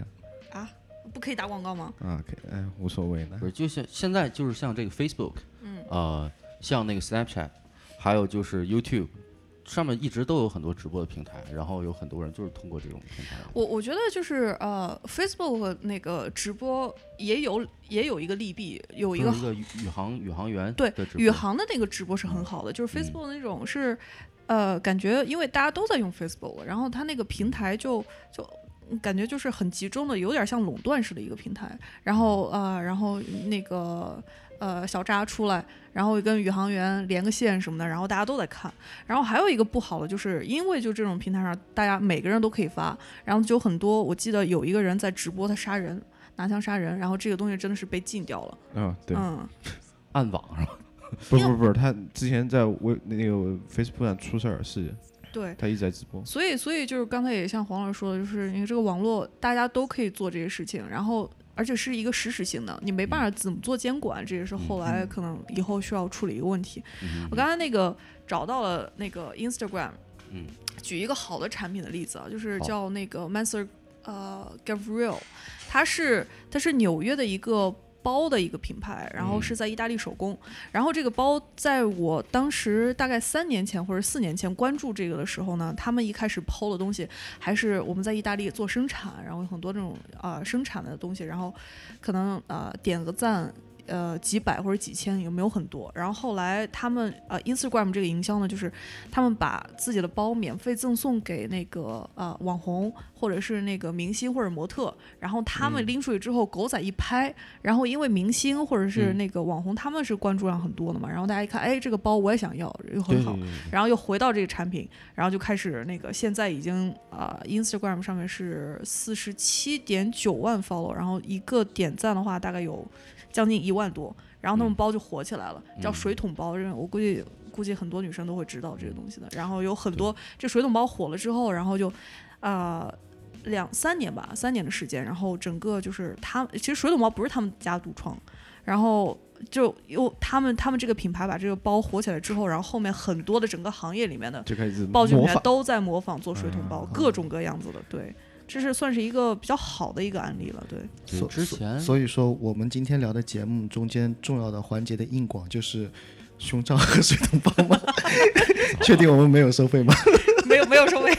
啊啊，不可以打广告吗？啊，可以，哎，无所谓呢不。是，就像现在就是像这个 Facebook，嗯呃，像那个 Snapchat，还有就是 YouTube，上面一直都有很多直播的平台，然后有很多人就是通过这种平台。我我觉得就是呃，Facebook 那个直播也有也有一个利弊，有一就个是一个宇宇航宇航员对的直宇播航的那个直播是很好的，就是嗯 Facebook 那种是，呃，感觉因为大家都在用 Facebook，然后它那个平台就就嗯感觉就是很集中的，有点像垄断式的一个平台。然后呃，然后那个呃小扎出来，然后跟宇航员连个线什么的，然后大家都在看。然后还有一个不好的，就是因为就这种平台上，大家每个人都可以发，然后就很多，我记得有一个人在直播他杀人。拿枪杀人，然后这个东西真的是被禁掉了。嗯，对，嗯，暗网是吧？不是不是不是，他之前在微那个 Facebook 上出事儿，是对，他一直在直播。所以，所以就是刚才也像黄老师说的，就是你这个网络大家都可以做这些事情，然后而且是一个实时性的，你没办法嗯怎么做监管，这也是后来可能以后需要处理一个问题。嗯我刚才那个找到了那个 Instagram，嗯，举一个好的产品的例子啊，就是好叫那个 Master 呃 Gabriel，它是它是纽约的一个。包的一个品牌，然后嗯是在意大利手工。然后这个包在我当时大概三年前或者四年前关注这个的时候呢，他们一开始抛的东西还是我们在意大利做生产，然后有很多这种呃生产的东西，然后可能呃点个赞。呃，几百或者几千也没有很多。然后后来他们呃，Instagram 这个营销呢，就是他们把自己的包免费赠送给那个呃网红或者是那个明星或者模特，然后他们拎出去之后，狗仔一拍，然后因为明星或者是嗯那个网红他们是关注量很多的嘛，然后大家一看，哎，这个包我也想要，又很好，然后又回到这个产品，然后就开始那个现在已经呃 Instagram 上面是四十七点九万 follow，然后一个点赞的话大概有将近一万多，然后他们嗯包就火起来了，叫嗯水桶包，这我估计估计很多女生都会知道这个东西的。然后有很多这水桶包火了之后，然后就呃。两三年吧，三年的时间，然后整个就是他，其实水桶包不是他们家独创，然后就又他们他们这个品牌把这个包火起来之后，然后后面很多的整个行业里面的就开始包具品模牌仿，都在模仿做水桶包啊，各种各样子的，对。这是算是一个比较好的一个案例了，对，就所之所哎前所以说我们今天聊的节目中间重要的环节的硬广就是胸罩和水桶包吗？ [laughs] 确定我们没有收费吗？ [laughs] 没有没有收费，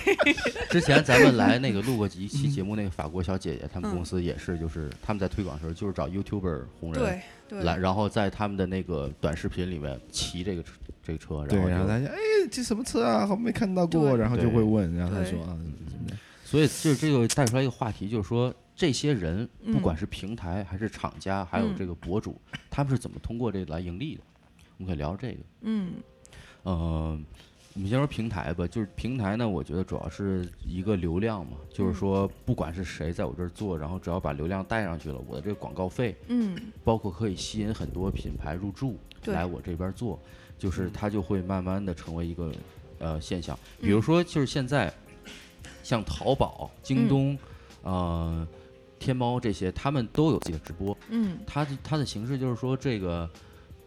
之前咱们来那个录过一期节目，那个法国小姐姐，他们嗯公司也是，就是他们在推广的时候，就是找 YouTuber 红人 [laughs] 对对，来，然后在他们的那个短视频里面骑这个车这个车，对，然然后后就大家哎，这什么车啊？好像没看到过，对然后就对会问，然后他对说啊，怎么样所以就是这个带出来一个话题，就是说这些人嗯不管是平台还是厂家，还有嗯这个博主，他们是怎么通过这个来盈利的？我们可以聊这个。嗯呃，我们先说平台吧，就是平台呢，我觉得主要是一个流量嘛，嗯就是说不管是谁在我这儿做，然后只要把流量带上去了，我的这个广告费，嗯，包括可以吸引很多品牌入驻对来我这边做，就是它就会慢慢的成为一个呃现象。比如说，就是现在像淘宝、京东，呃，天猫这些，他们都有自己的直播，嗯它的它的形式就是说这个。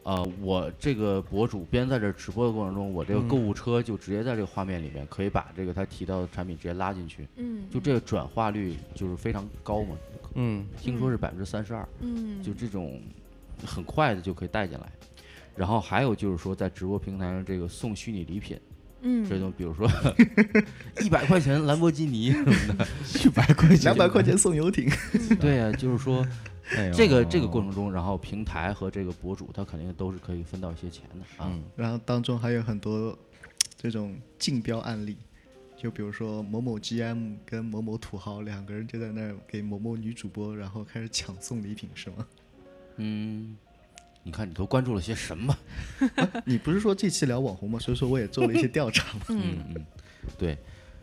呃，我这个博主边在这直播的过程中，我这个购物车就直接在这个画面里面，可以把这个他提到的产品直接拉进去，嗯，就这个转化率就是非常高嘛，嗯，听说是百分之三十二，嗯，就这种很快的就可以带进来。然后还有就是说，在直播平台上这个送虚拟礼品，嗯，这种比如说一百块钱兰博基尼什么 [laughs] 的，一百块 [laughs] 两百块钱送游 [laughs] 艇，对呀、就是说哎呦这个这个过程中，然后平台和这个博主他肯定都是可以分到一些钱的啊。嗯然后当中还有很多这种竞标案例，就比如说某某 GM 跟某某土豪两个人就在那儿给某某女主播，然后开始抢送礼品，是吗？嗯，你看你都关注了些什么？你不是说这期聊网红吗？所以说我也做了一些调查嘛。 [laughs] 嗯嗯，对。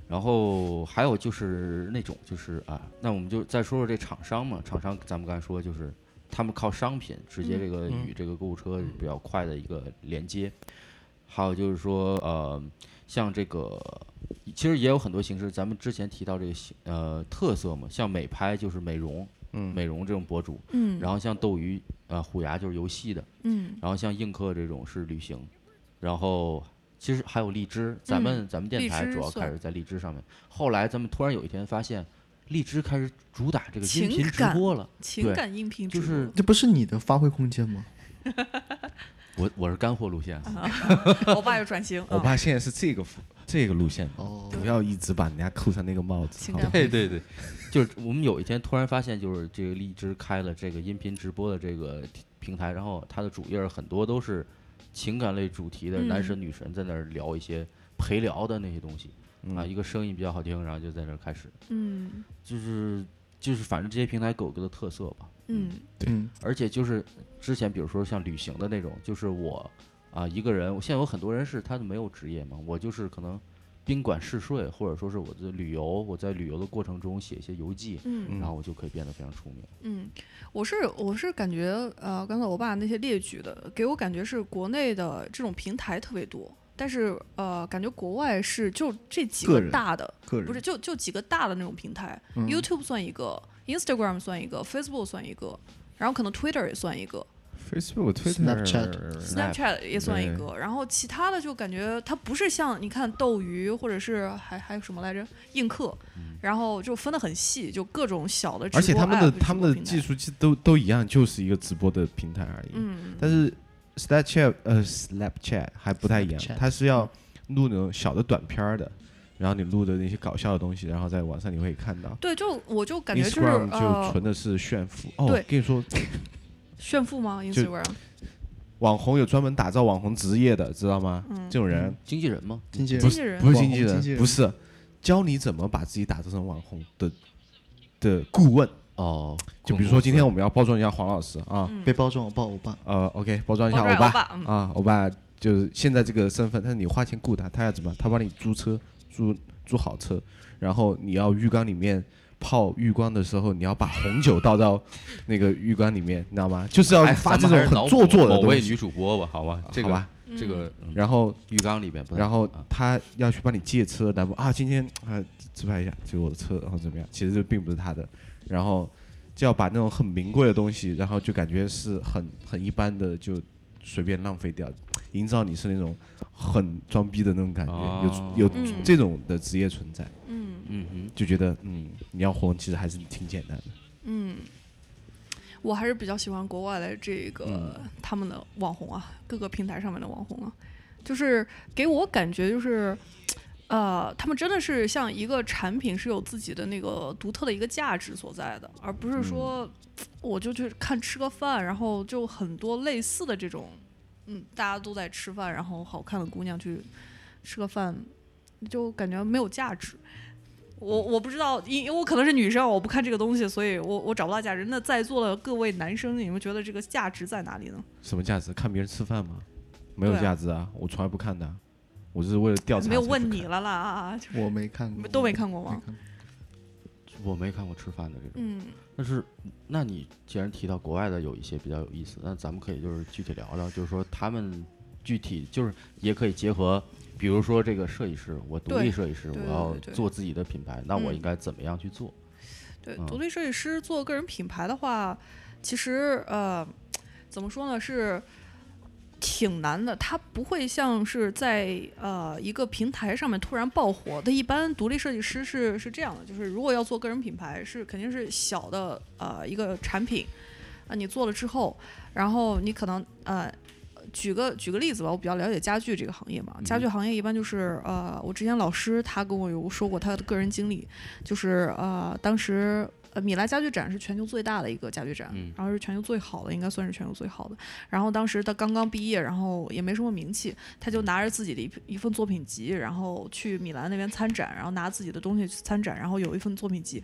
然后还有就是那种就是啊，那我们就再说说这厂商嘛，厂商咱们刚才说就是他们靠商品直接这个嗯与这个购物车比较快的一个连接。还有就是说呃，像这个其实也有很多形式，咱们之前提到这个形呃特色嘛，像美拍就是美容，嗯美容这种博主，嗯，然后像斗鱼啊、呃虎牙就是游戏的，嗯然后像映客这种是旅行，然后其实还有荔枝，咱们、咱们电嗯荔台枝主要开算始在荔枝上面。后来咱们突然有一天发现，荔枝开始主打这个音情频直感播了，情对感音频就直播是这不是你的发挥空间吗？我我是干货路线，啊啊我爸有转型，我啊爸现在是这个这个路线，哦，不要一直把人家扣上那个帽子。情好感吧对对对， [laughs] 就是我们有一天突然发现，就是这个荔枝开了这个音频直播的这个平台，然后它的主页儿很多都是情感类主题的嗯男神女神在那儿聊一些陪聊的那些东西、啊，一个声音比较好听，然后就在那儿开始，嗯就是就是反正这些平台各有各的特色吧，嗯嗯而且就是之前比如说像旅行的那种，就是我啊一个人，我现在有很多人是他没有职业嘛，我就是可能宾馆试睡，或者说是我的旅游，我在旅游的过程中写一些游记，嗯然后我就可以变得非常出名。嗯，我是我是感觉呃，刚才我爸那些列举的，给我感觉是国内的这种平台特别多，但是呃，感觉国外是就这几个个人大的，个嗯人不是就就几个大的那种平台、嗯 y o u t u b e 算一个，Instagram 算一个，Facebook 算一个，然后可能 Twitter 也算一个 Facebook、 Snapchat ，Snapchat 也算一对个，然后其他的就感觉它不是像你看斗鱼或者是还还有什么来着，映客，然后就分得很细，就各种小的直播嗯而 app，且他们的直他们播的平台技，术其实都都一样，就是一个直播的平台而已。嗯，但是 Snapchat 呃 Snapchat 还不太一样 Snapchat，它是要录那种小的短片儿的，然后你录的那些搞笑的东西，然后在网上你会看到。对，就我就感觉就是 Instagram 就呃纯的是炫富哦，我对跟你说，炫富吗就？Instagram 网红有专门打造网红职业的，知道吗？嗯这种人经纪人吗？经纪人经纪人不是网经红纪人，经纪人不是教你怎么把自己打造成网红的的顾问。哦，就比如说今天我们要包装一下黄老师啊，嗯被包装我抱欧巴，呃，OK，包装一下包装爸欧巴嗯啊，欧巴就是现在这个身份，但是你花钱雇他，他要怎么？他帮你租车，租租好车，然后你要浴缸里面泡浴缸的时候，你要把红酒倒到那个浴缸里面，你知道吗？就是要哎发咱这们种还是脑很做补作的某东位西，女主播吧，好吧，这个好吧？这个嗯然后浴缸里面不太然后啊他要去帮你借车，然后啊，今天啊、自拍一下，这是我的车，然后怎么样？其实这并不是他的，然后就要把那种很名贵的东西，然后就感觉是很很一般的，就随便浪费掉，营造你是那种很装逼的那种感觉，哦有有、嗯这种的职业存在，嗯嗯哼，就觉得嗯，你要红其实还是挺简单的。嗯，我还是比较喜欢国外的这个、他们的网红啊，各个平台上面的网红啊，就是给我感觉就是。呃，他们真的是像一个产品是有自己的那个独特的一个价值所在的，而不是说嗯我就去看吃个饭，然后就很多类似的这种，嗯，大家都在吃饭，然后好看的姑娘去吃个饭，就感觉没有价值。我我不知道，因因为我可能是女生，我不看这个东西，所以我我找不到价值。那在座的各位男生，你们觉得这个价值在哪里呢？什么价值？看别人吃饭吗？没有对啊价值啊，我从来不看的啊、我是为了调查。嗯没有问你。了啦，啊就是我没看过，都没看过啊没吗？看过？我没看过吃饭的这种，嗯，但是那你既然提到国外的有一些比较有意思，那咱们可以就是具体聊聊，就是说他们具体就是也可以结合。比如说，这个设计师，我独对立设计师，对我对要对对做自己的品牌，那我嗯应该怎么样去做？对，嗯独立设计师做个人品牌的话，其实呃，怎么说呢，是挺难的。它不会像是在呃一个平台上面突然爆火。它一般独立设计师是是这样的，就是如果要做个人品牌，是肯定是小的呃一个产品啊、你做了之后，然后你可能呃。举个举个例子吧，我比较了解家具这个行业嘛。家具行业一般就是，呃，我之前老师他跟我有说过他的个人经历，就是呃，当时呃米兰家具展是全球最大的一个家具展，嗯然后是全球最好的，应该算是全球最好的。然后当时他刚刚毕业，然后也没什么名气，他就拿着自己的一一份作品集，然后去米兰那边参展，然后拿自己的东西去参展，然后有一份作品集，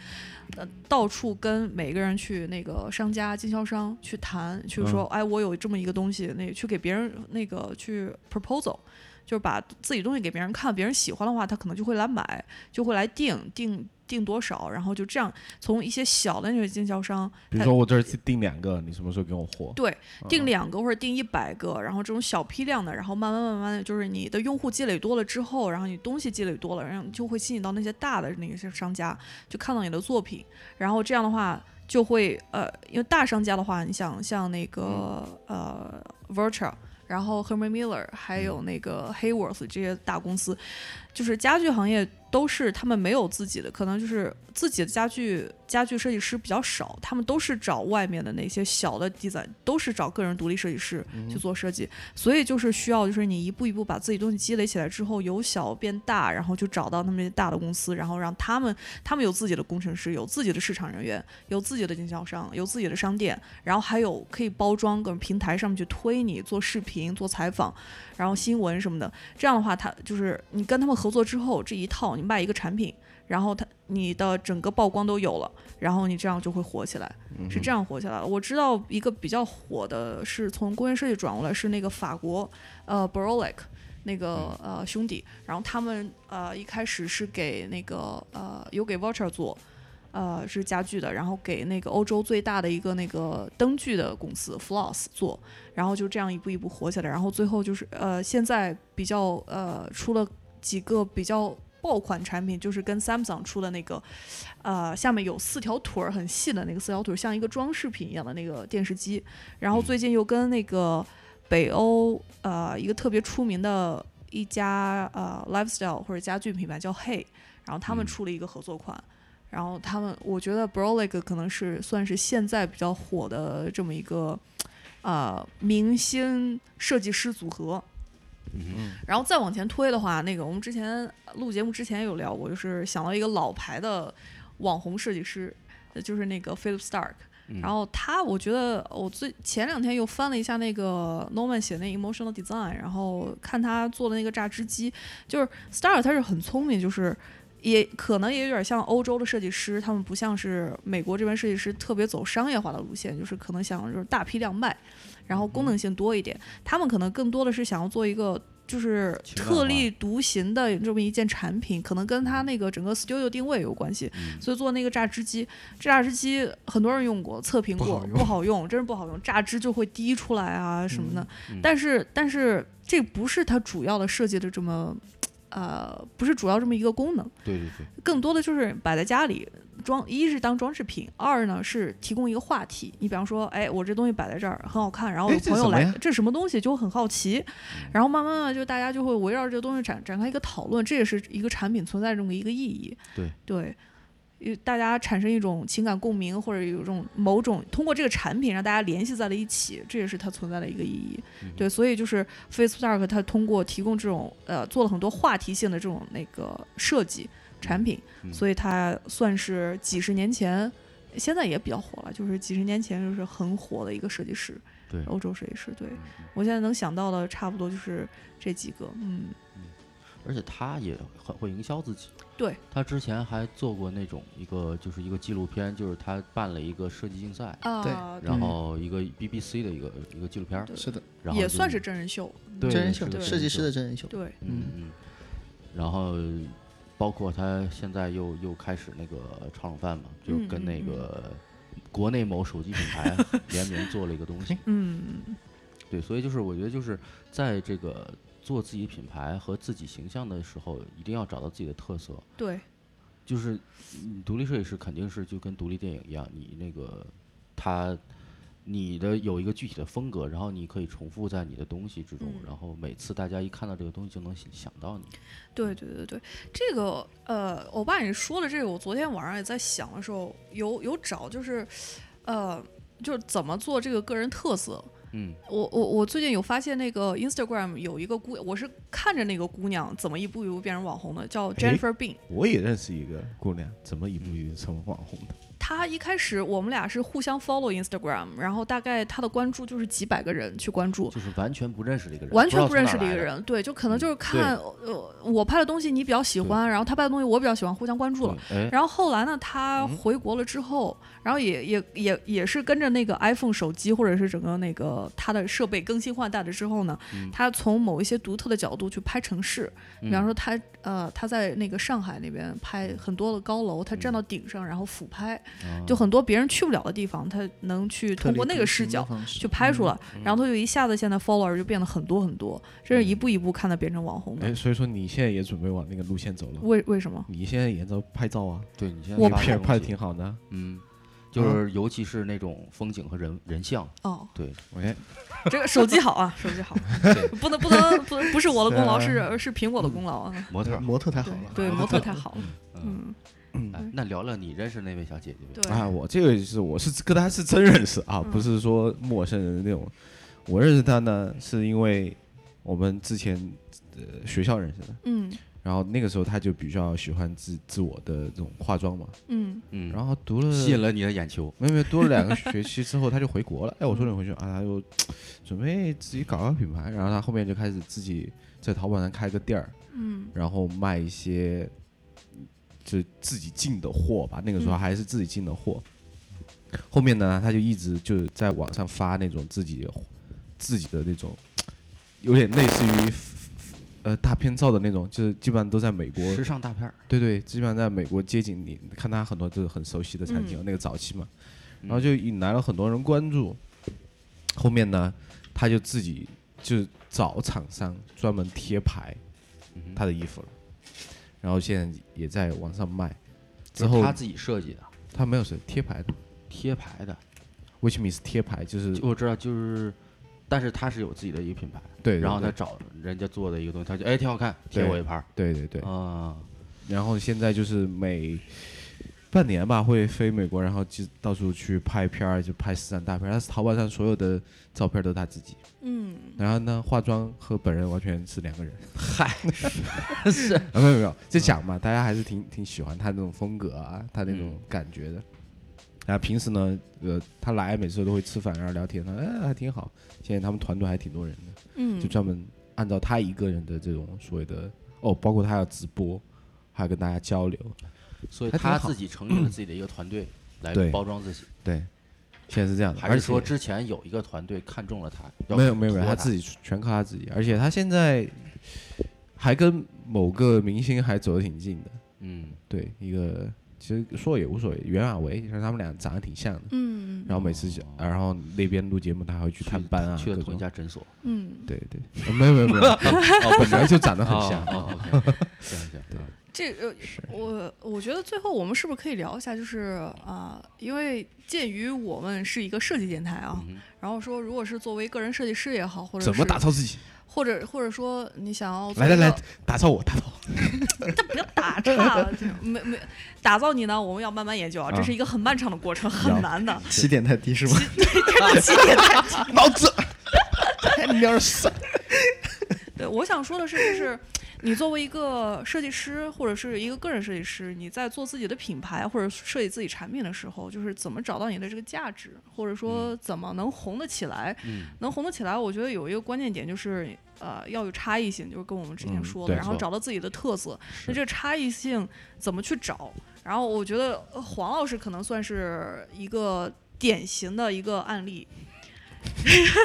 呃，到处跟每个人去那个商家、经销商去谈，去说，哎，我有这么一个东西，那去给别人那个去 proposal。就是把自己东西给别人看，别人喜欢的话，他可能就会来买，就会来定定定多少，然后就这样从一些小的那些经销商，比如他说我这嗯儿订两个，你什么时候给我货？对，定两个或者定一百个，然后这种小批量的，然后慢慢慢慢的，就是你的用户积累多了之后，然后你东西积累多了，然后你就会吸引到那些大的那个商商家，就看到你的作品，然后这样的话就会呃，因为大商家的话，你想像那个、嗯呃 Virtual。然后 Herman Miller 还有那个 Hayworth 这些大公司，就是家具行业都是他们没有自己的，可能就是自己的家具家具设计师比较少，他们都是找外面的那些小的 design，都是找个人独立设计师去做设计，所以就是需要就是你一步一步把自己东西积累起来之后，由小变大，然后就找到那么大的公司，然后让他们他们有自己的工程师，有自己的市场人员，有自己的经销商，有自己的商店，然后还有可以包装跟平台上面去推你做视频、做采访，然后新闻什么的。这样的话，他就是你跟他们合作之后，这一套你卖一个产品，然后他你的整个曝光都有了，然后你这样就会火起来，是这样火起来的。我知道一个比较火的是从工业设计转过来，是那个法国呃 Borolec。那个呃兄弟，然后他们呃一开始是给那个呃有给 Vulture 做，呃是家具的，然后给那个欧洲最大的一个那个灯具的公司 Floss 做，然后就这样一步一步火起来，然后最后就是呃现在比较呃出了几个比较爆款产品，就是跟 Samsung 出的那个呃下面有四条腿儿很细的那个四条腿儿，像一个装饰品一样的那个电视机，然后最近又跟那个北欧呃一个特别出名的一家呃 lifestyle 或者家具品牌叫 Hey，然后他们嗯出了一个合作款。然后他们，我觉得 Brolic 可能是算是现在比较火的这么一个，呃，明星设计师组合。嗯然后再往前推的话，那个我们之前呃录节目之前有聊过，就是想到一个老牌的网红设计师，呃就是那个 Philip Stark。嗯然后他，我觉得我最前两天又翻了一下那个 Norman 写那 Emotional Design，然后看他做的那个榨汁机，就是 Star 他是很聪明，就是也可能也有点像欧洲的设计师，他们不像是美国这边设计师特别走商业化的路线，就是可能想就是大批量卖，然后功能性多一点，他们可能更多的是想要做一个。就是情感化特立独行的这么一件产品，可能跟他那个整个 studio 定位有关系，嗯所以做那个榨汁机，榨汁机很多人用过，测评不过好，用不好用，真是不好用，榨汁就会滴出来啊什么的。嗯但是，但是这不是它主要的设计的这么，呃，不是主要这么一个功能，对对对，更多的就是摆在家里装，一是当装饰品，二呢是提供一个话题。你比方说，哎，我这东西摆在这儿很好看，然后哎有这朋什友么来呀，嗯这什么东西就很好奇，然后慢慢的就大家就会围绕这个东西展展开一个讨论，这也是一个产品存在这么一个意义。对对。因为大家产生一种情感共鸣，或者有一种某种通过这个产品让大家联系在了一起，这也是它存在的一个意义。嗯对，所以就是 Facebook 它通过提供这种呃做了很多话题性的这种那个设计产品，嗯所以它算是几十年前，现在也比较火了，就是几十年前就是很火的一个设计师，对欧洲设计师。对嗯我现在能想到的差不多就是这几个，嗯，而且他也很会营销自己。对，他之前还做过那种一个就是一个纪录片，就是他办了一个设计竞赛，对啊，然后一个 BBC 的一个一个纪录片儿，对是的，然后也就算是真人秀，嗯对真人是秀个对设计师的真人秀，对，嗯嗯，然后包括他现在又又开始那个炒冷饭嘛，就嗯跟嗯那嗯个国内某手机品牌 [laughs] 联名做了一个东西，嗯，对，所以就是我觉得就是在这个做自己品牌和自己形象的时候，一定要找到自己的特色，对，就是你独立摄影师肯定是就跟独立电影一样，你那个他你的有一个具体的风格，然后你可以重复在你的东西之中，嗯然后每次大家一看到这个东西就能想想到你。对对对对，这个呃，我爸你说的这个，我昨天晚上也在想的时候，有有找就是，呃，就是怎么做这个个人特色。嗯我我我最近有发现那个 Instagram 有一个姑，我是看着那个姑娘怎么一步一步变成网红的，叫 Jennifer Bean。我也认识一个姑娘，怎么一步一步成网红的？她一开始我们俩是互相 follow Instagram，然后大概她的关注就是几百个人去关注，就是完全不认识的一个人，完不知全道不从认哪识儿的一来嗯个人，对，就可能就是对看呃我拍的东西你比较喜对欢，然后他拍的东西我比较喜欢，互相关注了。对。嗯哎，然后后来呢，他回国了之后，然后也也也也是跟着那个 iPhone 手机或者是整个那个他的设备更新换代了之后呢，嗯他从某一些独特的角度去拍城市，比方嗯说他呃他在那个上海那边拍很多的高楼，他站嗯到顶上然后俯拍，哦就很多别人去不了的地方，他能去特通过立那独个行嗯视的角方式去拍出来，然后他就一下子现在 follower 就变得很多很多，这嗯是一步一步看他变成网红的哎，。所以说你现在也准备往那个路线走了？为为什么？你现在也在拍照啊？对你现在我发拍这个拍的东西挺好的啊，嗯，就是尤其是那种风景和人人像，哦，对，哎， [laughs] 这个手机好啊，手机好， [laughs] 不能不能不不是我的功劳，嗯是是苹果的功劳啊。模特儿。模特太好对 [laughs] 了，啊对，模特太好了，嗯，嗯，哎那聊聊你认识那位小姐姐呗。对，啊，我这个是我是跟他是真认识啊，嗯不是说陌生人的那种。我认识他呢，是因为我们之前呃学校认识的，嗯然后那个时候他就比较喜欢自自我的这种化妆嘛，嗯嗯，然后读了吸引了你的眼球。没有没有，多了两个学期之后，他就回国了。哎，我说你回去啊，他就准备自己搞个品牌，然后他后面就开始自己在淘宝上开个店儿，嗯然后卖一些就自己进的货吧。那个时候嗯还是自己进的货。后面呢，他就一直就在网上发那种自己自己的那种，有点类似于呃大片照的那种，就是基本上都在美国时尚大片儿，对对，基本上在美国街景里看他很多就是很熟悉的产嗯品，那个早期嘛，然后就引来了很多人关注。后面呢，他就自己就找厂商专门贴牌嗯哼他的衣服了，然后现在也在网上卖。之就是后她自己设计的，他没有谁贴牌的贴牌的， ，which means 贴牌就是就我知道，就是，但是她是有自己的一个品牌，对，对然后对她找人家做的一个东西，她就哎挺好看，贴对我一盘儿对对对，啊，然后现在就是每半年吧会飞美国，然后就到处去拍片儿，就拍市场大片儿。他淘宝上所有的照片都是他自己。嗯然后呢，化妆和本人完全是两个人。 [laughs] 嗨，是啊，没有没有，就讲嘛，大家还是挺挺喜欢他那种风格啊，他那种嗯感觉的。然后啊平时呢，呃，他来每次都会吃饭，然后聊天，他哎还挺好。现在他们团队还挺多人的，嗯，就专门按照他一个人的这种所谓的哦，包括他要直播，还要跟大家交流。所以还挺她好自己成立了自己的一个团队来对包装自己，对，现在是这样的。还而是说且之前有一个团队看中了她？要没有没有没托有，他自己全靠他自己，而且他现在还跟某个明星还走得挺近的。嗯，对，一个其实说也无所谓，袁娅维，其实他们俩长得挺像的。嗯然后每次，然后那边录节目，他还会去探班啊，哦去了各同一种。家诊所，嗯，对对，呃没有没有没 [laughs] 有，哦，本来就长 [laughs] 得很像。哦哦，OK，行 [laughs] 行，对，这呃，我我觉得最后我们是不是可以聊一下，就是啊、因为鉴于我们是一个设计电台啊，嗯然后说如果是作为个人设计师也好，或者怎么是打造自己？或者或者说你想要做来来一个来，打造我，打 [laughs] 造我。不要打岔了，这没没打造你呢，我们要慢慢研究啊，这是一个很漫长的过程，很难的。起点太低是吗？起啊点太低。老子， [laughs] 太喵死！ [laughs] 对，我想说的是，就是你作为一个设计师或者是一个个人设计师，你在做自己的品牌或者设计自己产品的时候，就是怎么找到你的这个价值，或者说嗯怎么能红得起来。嗯能红得起来，我觉得有一个关键点就是。呃，要有差异性，就是跟我们之前嗯说的，对然后错找到自己的特色。[laughs] 那这个差异性怎么去找？然后我觉得呃黄老师可能算是一个典型的一个案例。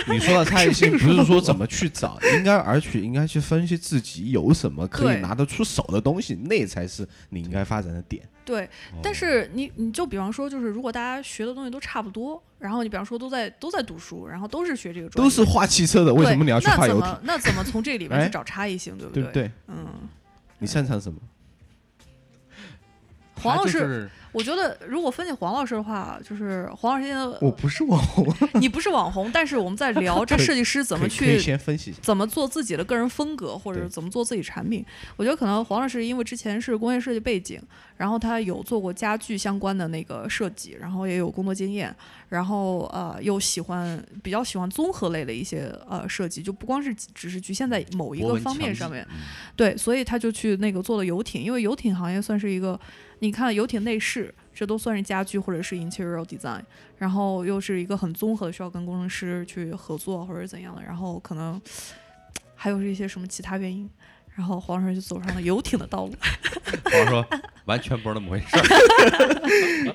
你说的差异性不是说怎么去找，应该而去应该去分析自己有什么可以对拿得出手的东西，那才是你应该发展的点。对，哦但是你你就比方说，就是如果大家学的东西都差不多，然后你比方说都在都在读书，然后都是学这个专都业，是画汽车的，为什么你要去对画游那艇怎？么那怎么从 [laughs] 这里面哎去找差异性，对不对不对？嗯，你擅长什么？黄老她就师，是我觉得如果分析黄老师的话，就是黄老师现在我不是网红，你不是网红，但是我们在聊这可以设计师怎可么以可以去先分析一下？怎么做自己的个人风格，或者对是怎么做自己产品。我觉得可能黄老师因为之前是工业设计背景，然后他有做过家具相关的那个设计，然后也有工作经验，然后呃又喜欢比较喜欢综合类的一些呃设计，就不光是只是局限在某一博个闻方面强上记面。，嗯对，所以他就去那个做了游艇，因为游艇行业算是一个，你看游艇内饰，这都算是家具或者是 interior design，然后又是一个很综合的，需要跟工程师去合作或者怎样的，然后可能还有是一些什么其他原因，然后黄老师就走上了游艇的道路。我说完全不是那么回事儿。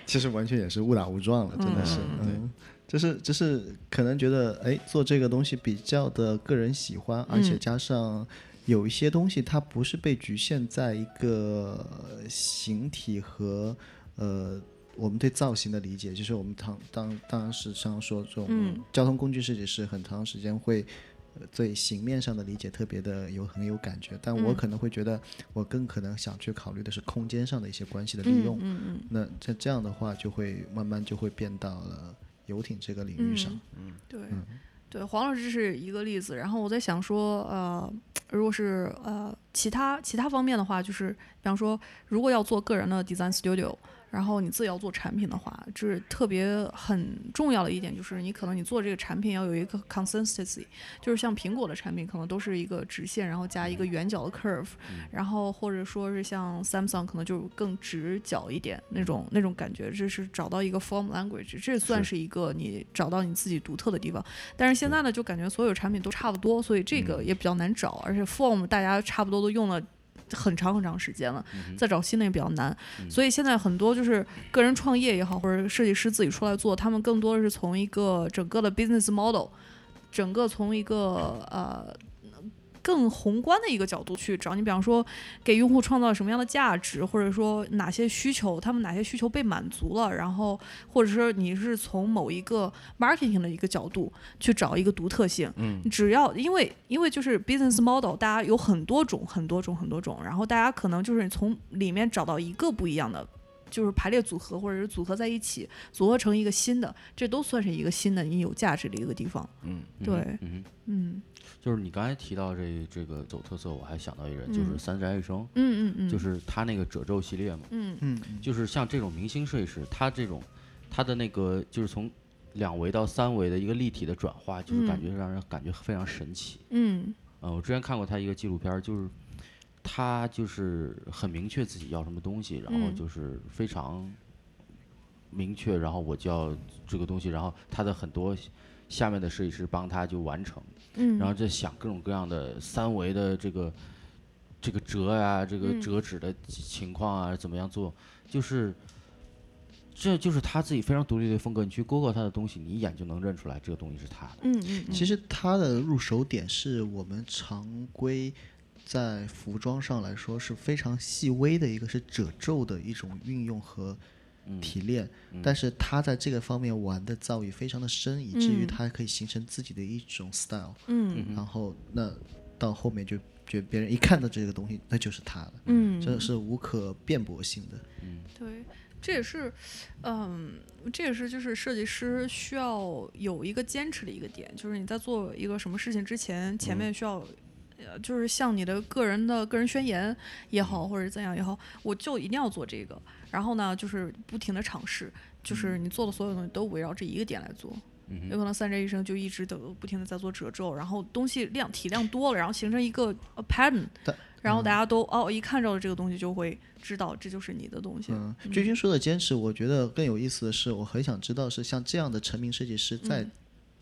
其实完全也是误打误撞 [laughs] 了，真的是，嗯嗯，就是就是可能觉得，哎，做这个东西比较的个人喜欢，而且嗯加上有一些东西它不是被局限在一个呃形体和呃。我们对造型的理解，就是我们当当当时常说这种嗯交通工具设计师，很长时间会对形面上的理解特别的有很有感觉，但我嗯可能会觉得，我更可能想去考虑的是空间上的一些关系的利用。嗯嗯那这这样的话，就会慢慢就会变到了游艇这个领域上。嗯，对，对，黄老师是一个例子。然后我在想说，呃，如果是呃其他其他方面的话，就是比方说，如果要做个人的 design studio，然后你自己要做产品的话，就是特别很重要的一点，就是你可能你做这个产品要有一个 consistency，就是像苹果的产品可能都是一个直线，然后加一嗯个圆角的 curve，、然后或者说是像 Samsung 可能就更直角一点那种那种感觉，这是找到一个 form language，这算是一个你找到你自己独特的地方。但是现在呢，就感觉所有产品都差不多，所以这个也比较难找，而且 form 大家差不多都用了。很长很长时间了，再找新的也比较难，所以现在很多就是个人创业也好，或者设计师自己出来做，他们更多的是从一个整个的 business model，整个从一个呃更宏观的一个角度去找你，比方说给用户创造什么样的价值，或者说哪些需求，他们哪些需求被满足了，然后或者说你是从某一个 marketing 的一个角度去找一个独特性。嗯，只要因为因为就是 business model，大家有很多种很多种很多种，然后大家可能就是从里面找到一个不一样的。就是排列组合，或者是组合在一起，组合成一个新的，这都算是一个新的你有价值的一个地方。嗯，对嗯哼，嗯就是你刚才提到这这个走特色，我还想到一人，就是嗯三宅一生，嗯嗯嗯，就是他那个褶皱系列嘛，嗯嗯，就是像这种明星设计师，他这种他的那个就是从两维到三维的一个立体的转化，就是感嗯觉让人感觉非常神奇。嗯呃，我之前看过他一个纪录片儿，就是他就是很明确自己要什么东西，然后嗯就是非常明确，然后我就要这个东西，然后他的很多下面的设计师帮他就完成，嗯，然后再想各种各样的三维的这个这个折啊，这个嗯折纸的情况啊，怎么样做，就是。这就是他自己非常独立的风格，你去 Google 他的东西，你一眼就能认出来这个东西是他的。嗯嗯，嗯其实它的入手点是我们常规在服装上来说是非常细微的一个是褶皱的一种运用和提炼，但是它在这个方面玩的造诣非常的深，以至于嗯它可以形成自己的一种 style，、嗯然后那到后面就就别人一看到这个东西，那就是它了，嗯这是无可辩驳性的。对，这也是，嗯，这也是就是设计师需要有一个坚持的一个点，就是你在做一个什么事情之前，前面需要。呃，就是像你的个人的个人宣言也好，或者怎样也好，我就一定要做这个。然后呢，就是不停的尝试，就是你做的所有东西都围绕这一个点来做。有可能三宅一生就一直都不停的在做褶皱，然后东西量体量多了，然后形成一个呃 pattern，但然后大家都、哦一看到了这个东西就会知道这就是你的东西。嗯，君君说的坚持，我觉得更有意思的是，我很想知道是像这样的成名设计师，在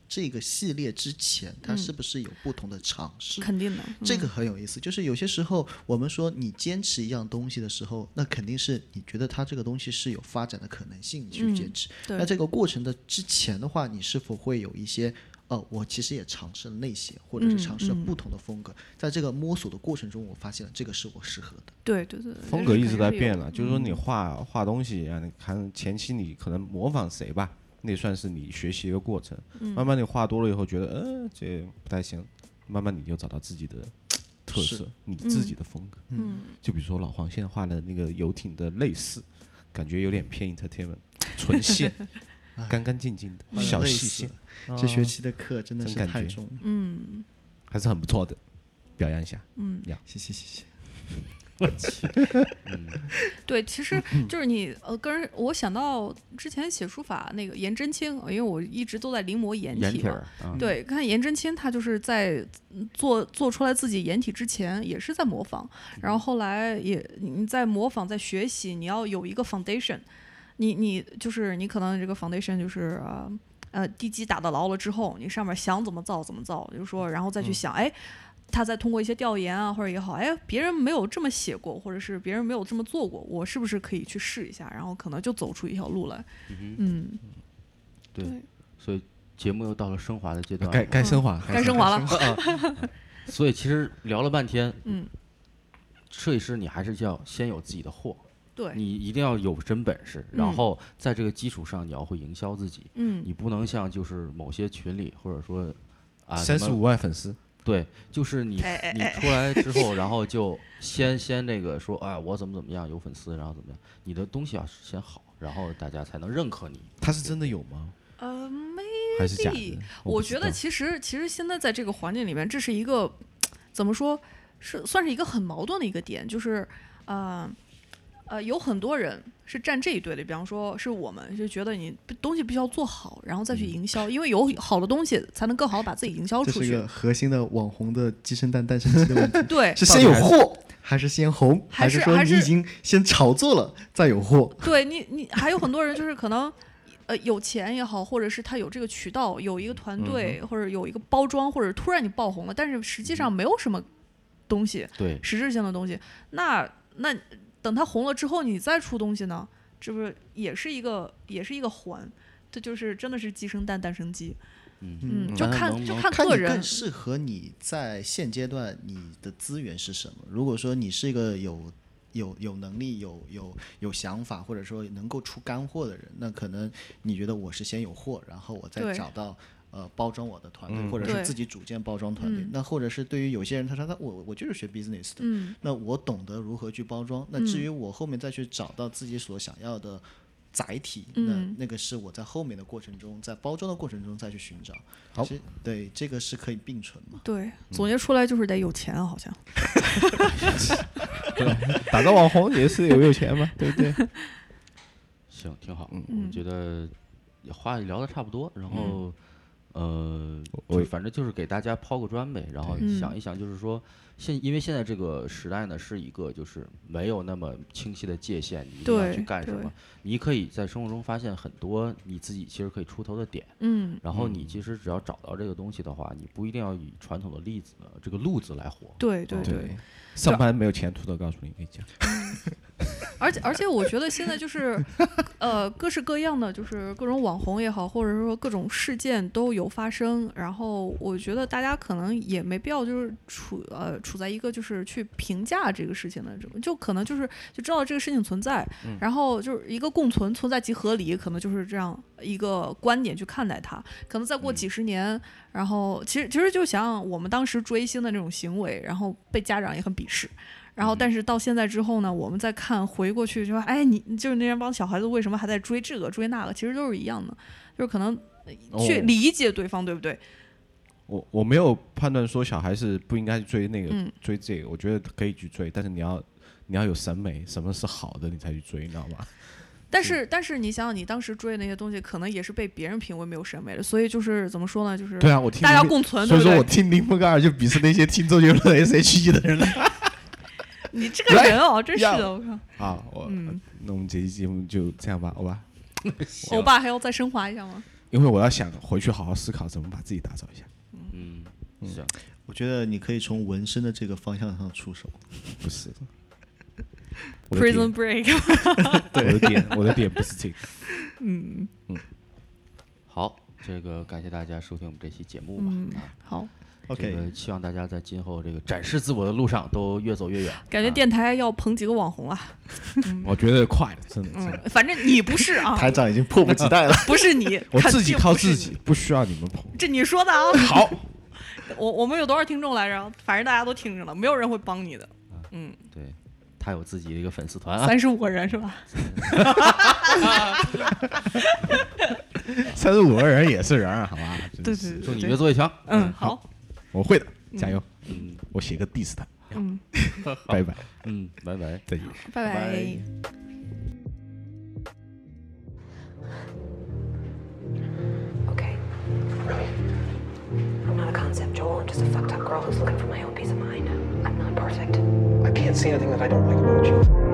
这个系列之前，他是不是有不同的尝试？肯嗯定的，这个很有意思，就是有些时候我们说你坚持一样东西的时候，那肯定是你觉得它这个东西是有发展的可能性，你去坚持。对那这个过程的之前的话，你是否会有一些？哦，我其实也尝试了那些，或者是嗯尝试了嗯不同的风格，在这个摸索的过程中，我发现了这个是我适合的。对对对，对风格一直在变。这是肯定是有嗯了，就是说你画画东西啊，你看前期你可能模仿谁吧，那算是你学习一个过程。嗯慢慢你画多了以后，觉得呃这不太行，慢慢你就找到自己的特是色，你自己的风格。嗯，就比如说老黄现在画的那个游艇的类似，感觉有点偏 entertainment，纯 [laughs] 线，干干净净嗯的小累细死线了，这学期的课真的真是感太觉重了。嗯还是很不错的，表扬一下。谢谢谢谢。对，其实嗯就是你呃，跟人我想到之前写书法那个颜真卿，因为我一直都在临摹颜掩体体嘛，儿，啊对，看颜真卿，他就是在嗯做做出来自己颜体之前，也是在模仿，然后后来也你在模仿，在学习，你要有一个 foundation，你你就是你可能这个 foundation 就是呃呃地基打得牢了之后，你上面想怎么造怎么造，就是说，然后再去想，哎。他再通过一些调研啊，或者也好，哎，别人没有这么写过，或者是别人没有这么做过，我是不是可以去试一下？然后可能就走出一条路来。嗯，所以节目又到了升华的阶段该了。该升华，嗯该升华了。所以其实聊了半天，嗯，设计师你还是要先有自己的货，对，你一定要有真本事，然嗯后在这个基础上你要会营销自己，嗯你不能像就是某些群里或者说啊三十五万粉丝，对，就是你哎哎你哎出来之后，然后就先先那个说，哎，我怎么怎么样，有粉丝，然后怎么样，你的东西要先好，然后大家才能认可你。他是真的有吗？呃，没，还是假的 Maybe？？不我知觉得道其实其实现在在这个环境里面，这是一个怎么说是算是一个很矛盾的一个点，就是呃呃，有很多人是站这一队的，比方说是我们是觉得你东西必须要做好，然后再去营嗯销，因为有好的东西才能更好的把自己营销这出是一去个。核心的网红的鸡生蛋，蛋生鸡的 [laughs] 问题。对，是先有货，还是先红，还还是说还你是已经先炒作了，再有货？对你，你还有很多人就是可能，呃，有钱也好，或者是他有这个渠道，有一个团嗯队，或者有一个包装，或者突然你爆红了，但是实际上没有什么东西，对，实质性的东西。那那等他红了之后，你再出东西呢，这不是也是一个也是一个环？这就是真的是鸡生蛋，蛋生鸡，嗯，嗯，嗯就那看能就能看看个你人更，适合你在现阶段你的资源是什么。如果说你是一个有有有能力、有有有想法，或者说能够出干货的人，那可能你觉得我是先有货，然后我再对找到。呃，包装我的团队，嗯或者是对自己组建包装团队。嗯那或者是对于有些人，他说他我我就是学 business 的，嗯，那我懂得如何去包装。那至于我后面再去找到自己所想要的载体，嗯那那个是我在后面的过程中，在包装的过程中再去寻找。好其实，对，这个是可以并存嘛。对，总结出来就是得有钱啊，好像。打造网红也是有有钱 [laughs] 嘛，对不对？行，挺好。嗯我觉得也话聊的差不多，然后、呃，我就反正就是给大家抛个砖呗，然后嗯想一想，就是说现因为现在这个时代呢，是一个就是没有那么清晰的界限，你一定要对去干什对么，你可以在生活中发现很多你自己其实可以出头的点。嗯，然后你其实只要找到这个东西的话，你不一定要以传统的例子呃这个路子来活。对对对。对，上班没有前途的，告诉你，跟你讲，而且而且，我觉得现在就是，呃，各式各样的，就是各种网红也好，或者是说各种事件都有发生。然后我觉得大家可能也没必要就是处呃处在一个就是去评价这个事情的这种，就可能就是就知道这个事情存在，然后就是一个共存，存在即合理，可能就是这样一个观点去看待它。可能再过几十年，然后其实其实就想我们当时追星的那种行为，然后被家长也很鄙视。然后，嗯但是到现在之后呢，我们再看回过去，就说，哎，你就是那帮小孩子为什么还在追这个追那个？其实都是一样的，就是可能去哦理解对方，对不对？我我没有判断说小孩是不应该去追那个、嗯追这个，我觉得可以去追，但是你要你要有审美，什么是好的你才去追，你知道吗？但是但是你想想，你当时追的那些东西，可能也是被别人评为没有审美的，所以就是怎么说呢？就是对啊，我听大家共存，所对以不说我对？听林峰格尔就鄙视那些听周杰伦 S H E 的嗯人了你这个人 [laughs] 哦，真是呀的，我靠，啊！我、嗯那我们这期节目就这样吧，好吧？欧巴还要再升华一下吗？因为我要想回去好好思考怎么把自己打造一下。嗯，行，我觉得你可以从纹身的这个方向上出手。不 [laughs] 是的我的 Prison 点， Break， [laughs] 我的点，我的点不是这个。嗯，好，这个感谢大家收听我们这期节目吧。嗯啊好，这 OK，、个希望大家在今后这个展示自我的路上都越走越远。感觉啊电台要捧几个网红啊，我觉得快了，真的，真嗯的，，反正你不是啊，台长已经迫不及待了。不是你， [laughs] 我肯自己定靠不是自你己，不需要你们捧。这你说的啊？ [laughs] 好，我我们有多少听众来着？反正大家都听着了，没有人会帮你的。嗯，对，他有自己的一个粉丝团啊。三十五个人是吧？三十五个人也是人儿，好吧？对对祝对你对越做越强。嗯，好，我会的，加油！嗯我写个 diss 他，嗯， [laughs] 拜拜，嗯，拜拜。再见。拜拜。 Okay. I'm not a concept, Joel. I'm just a fucked up girl who's looking for my own peace of mind. I'm not perfect. I can't see anything that I don't like about you.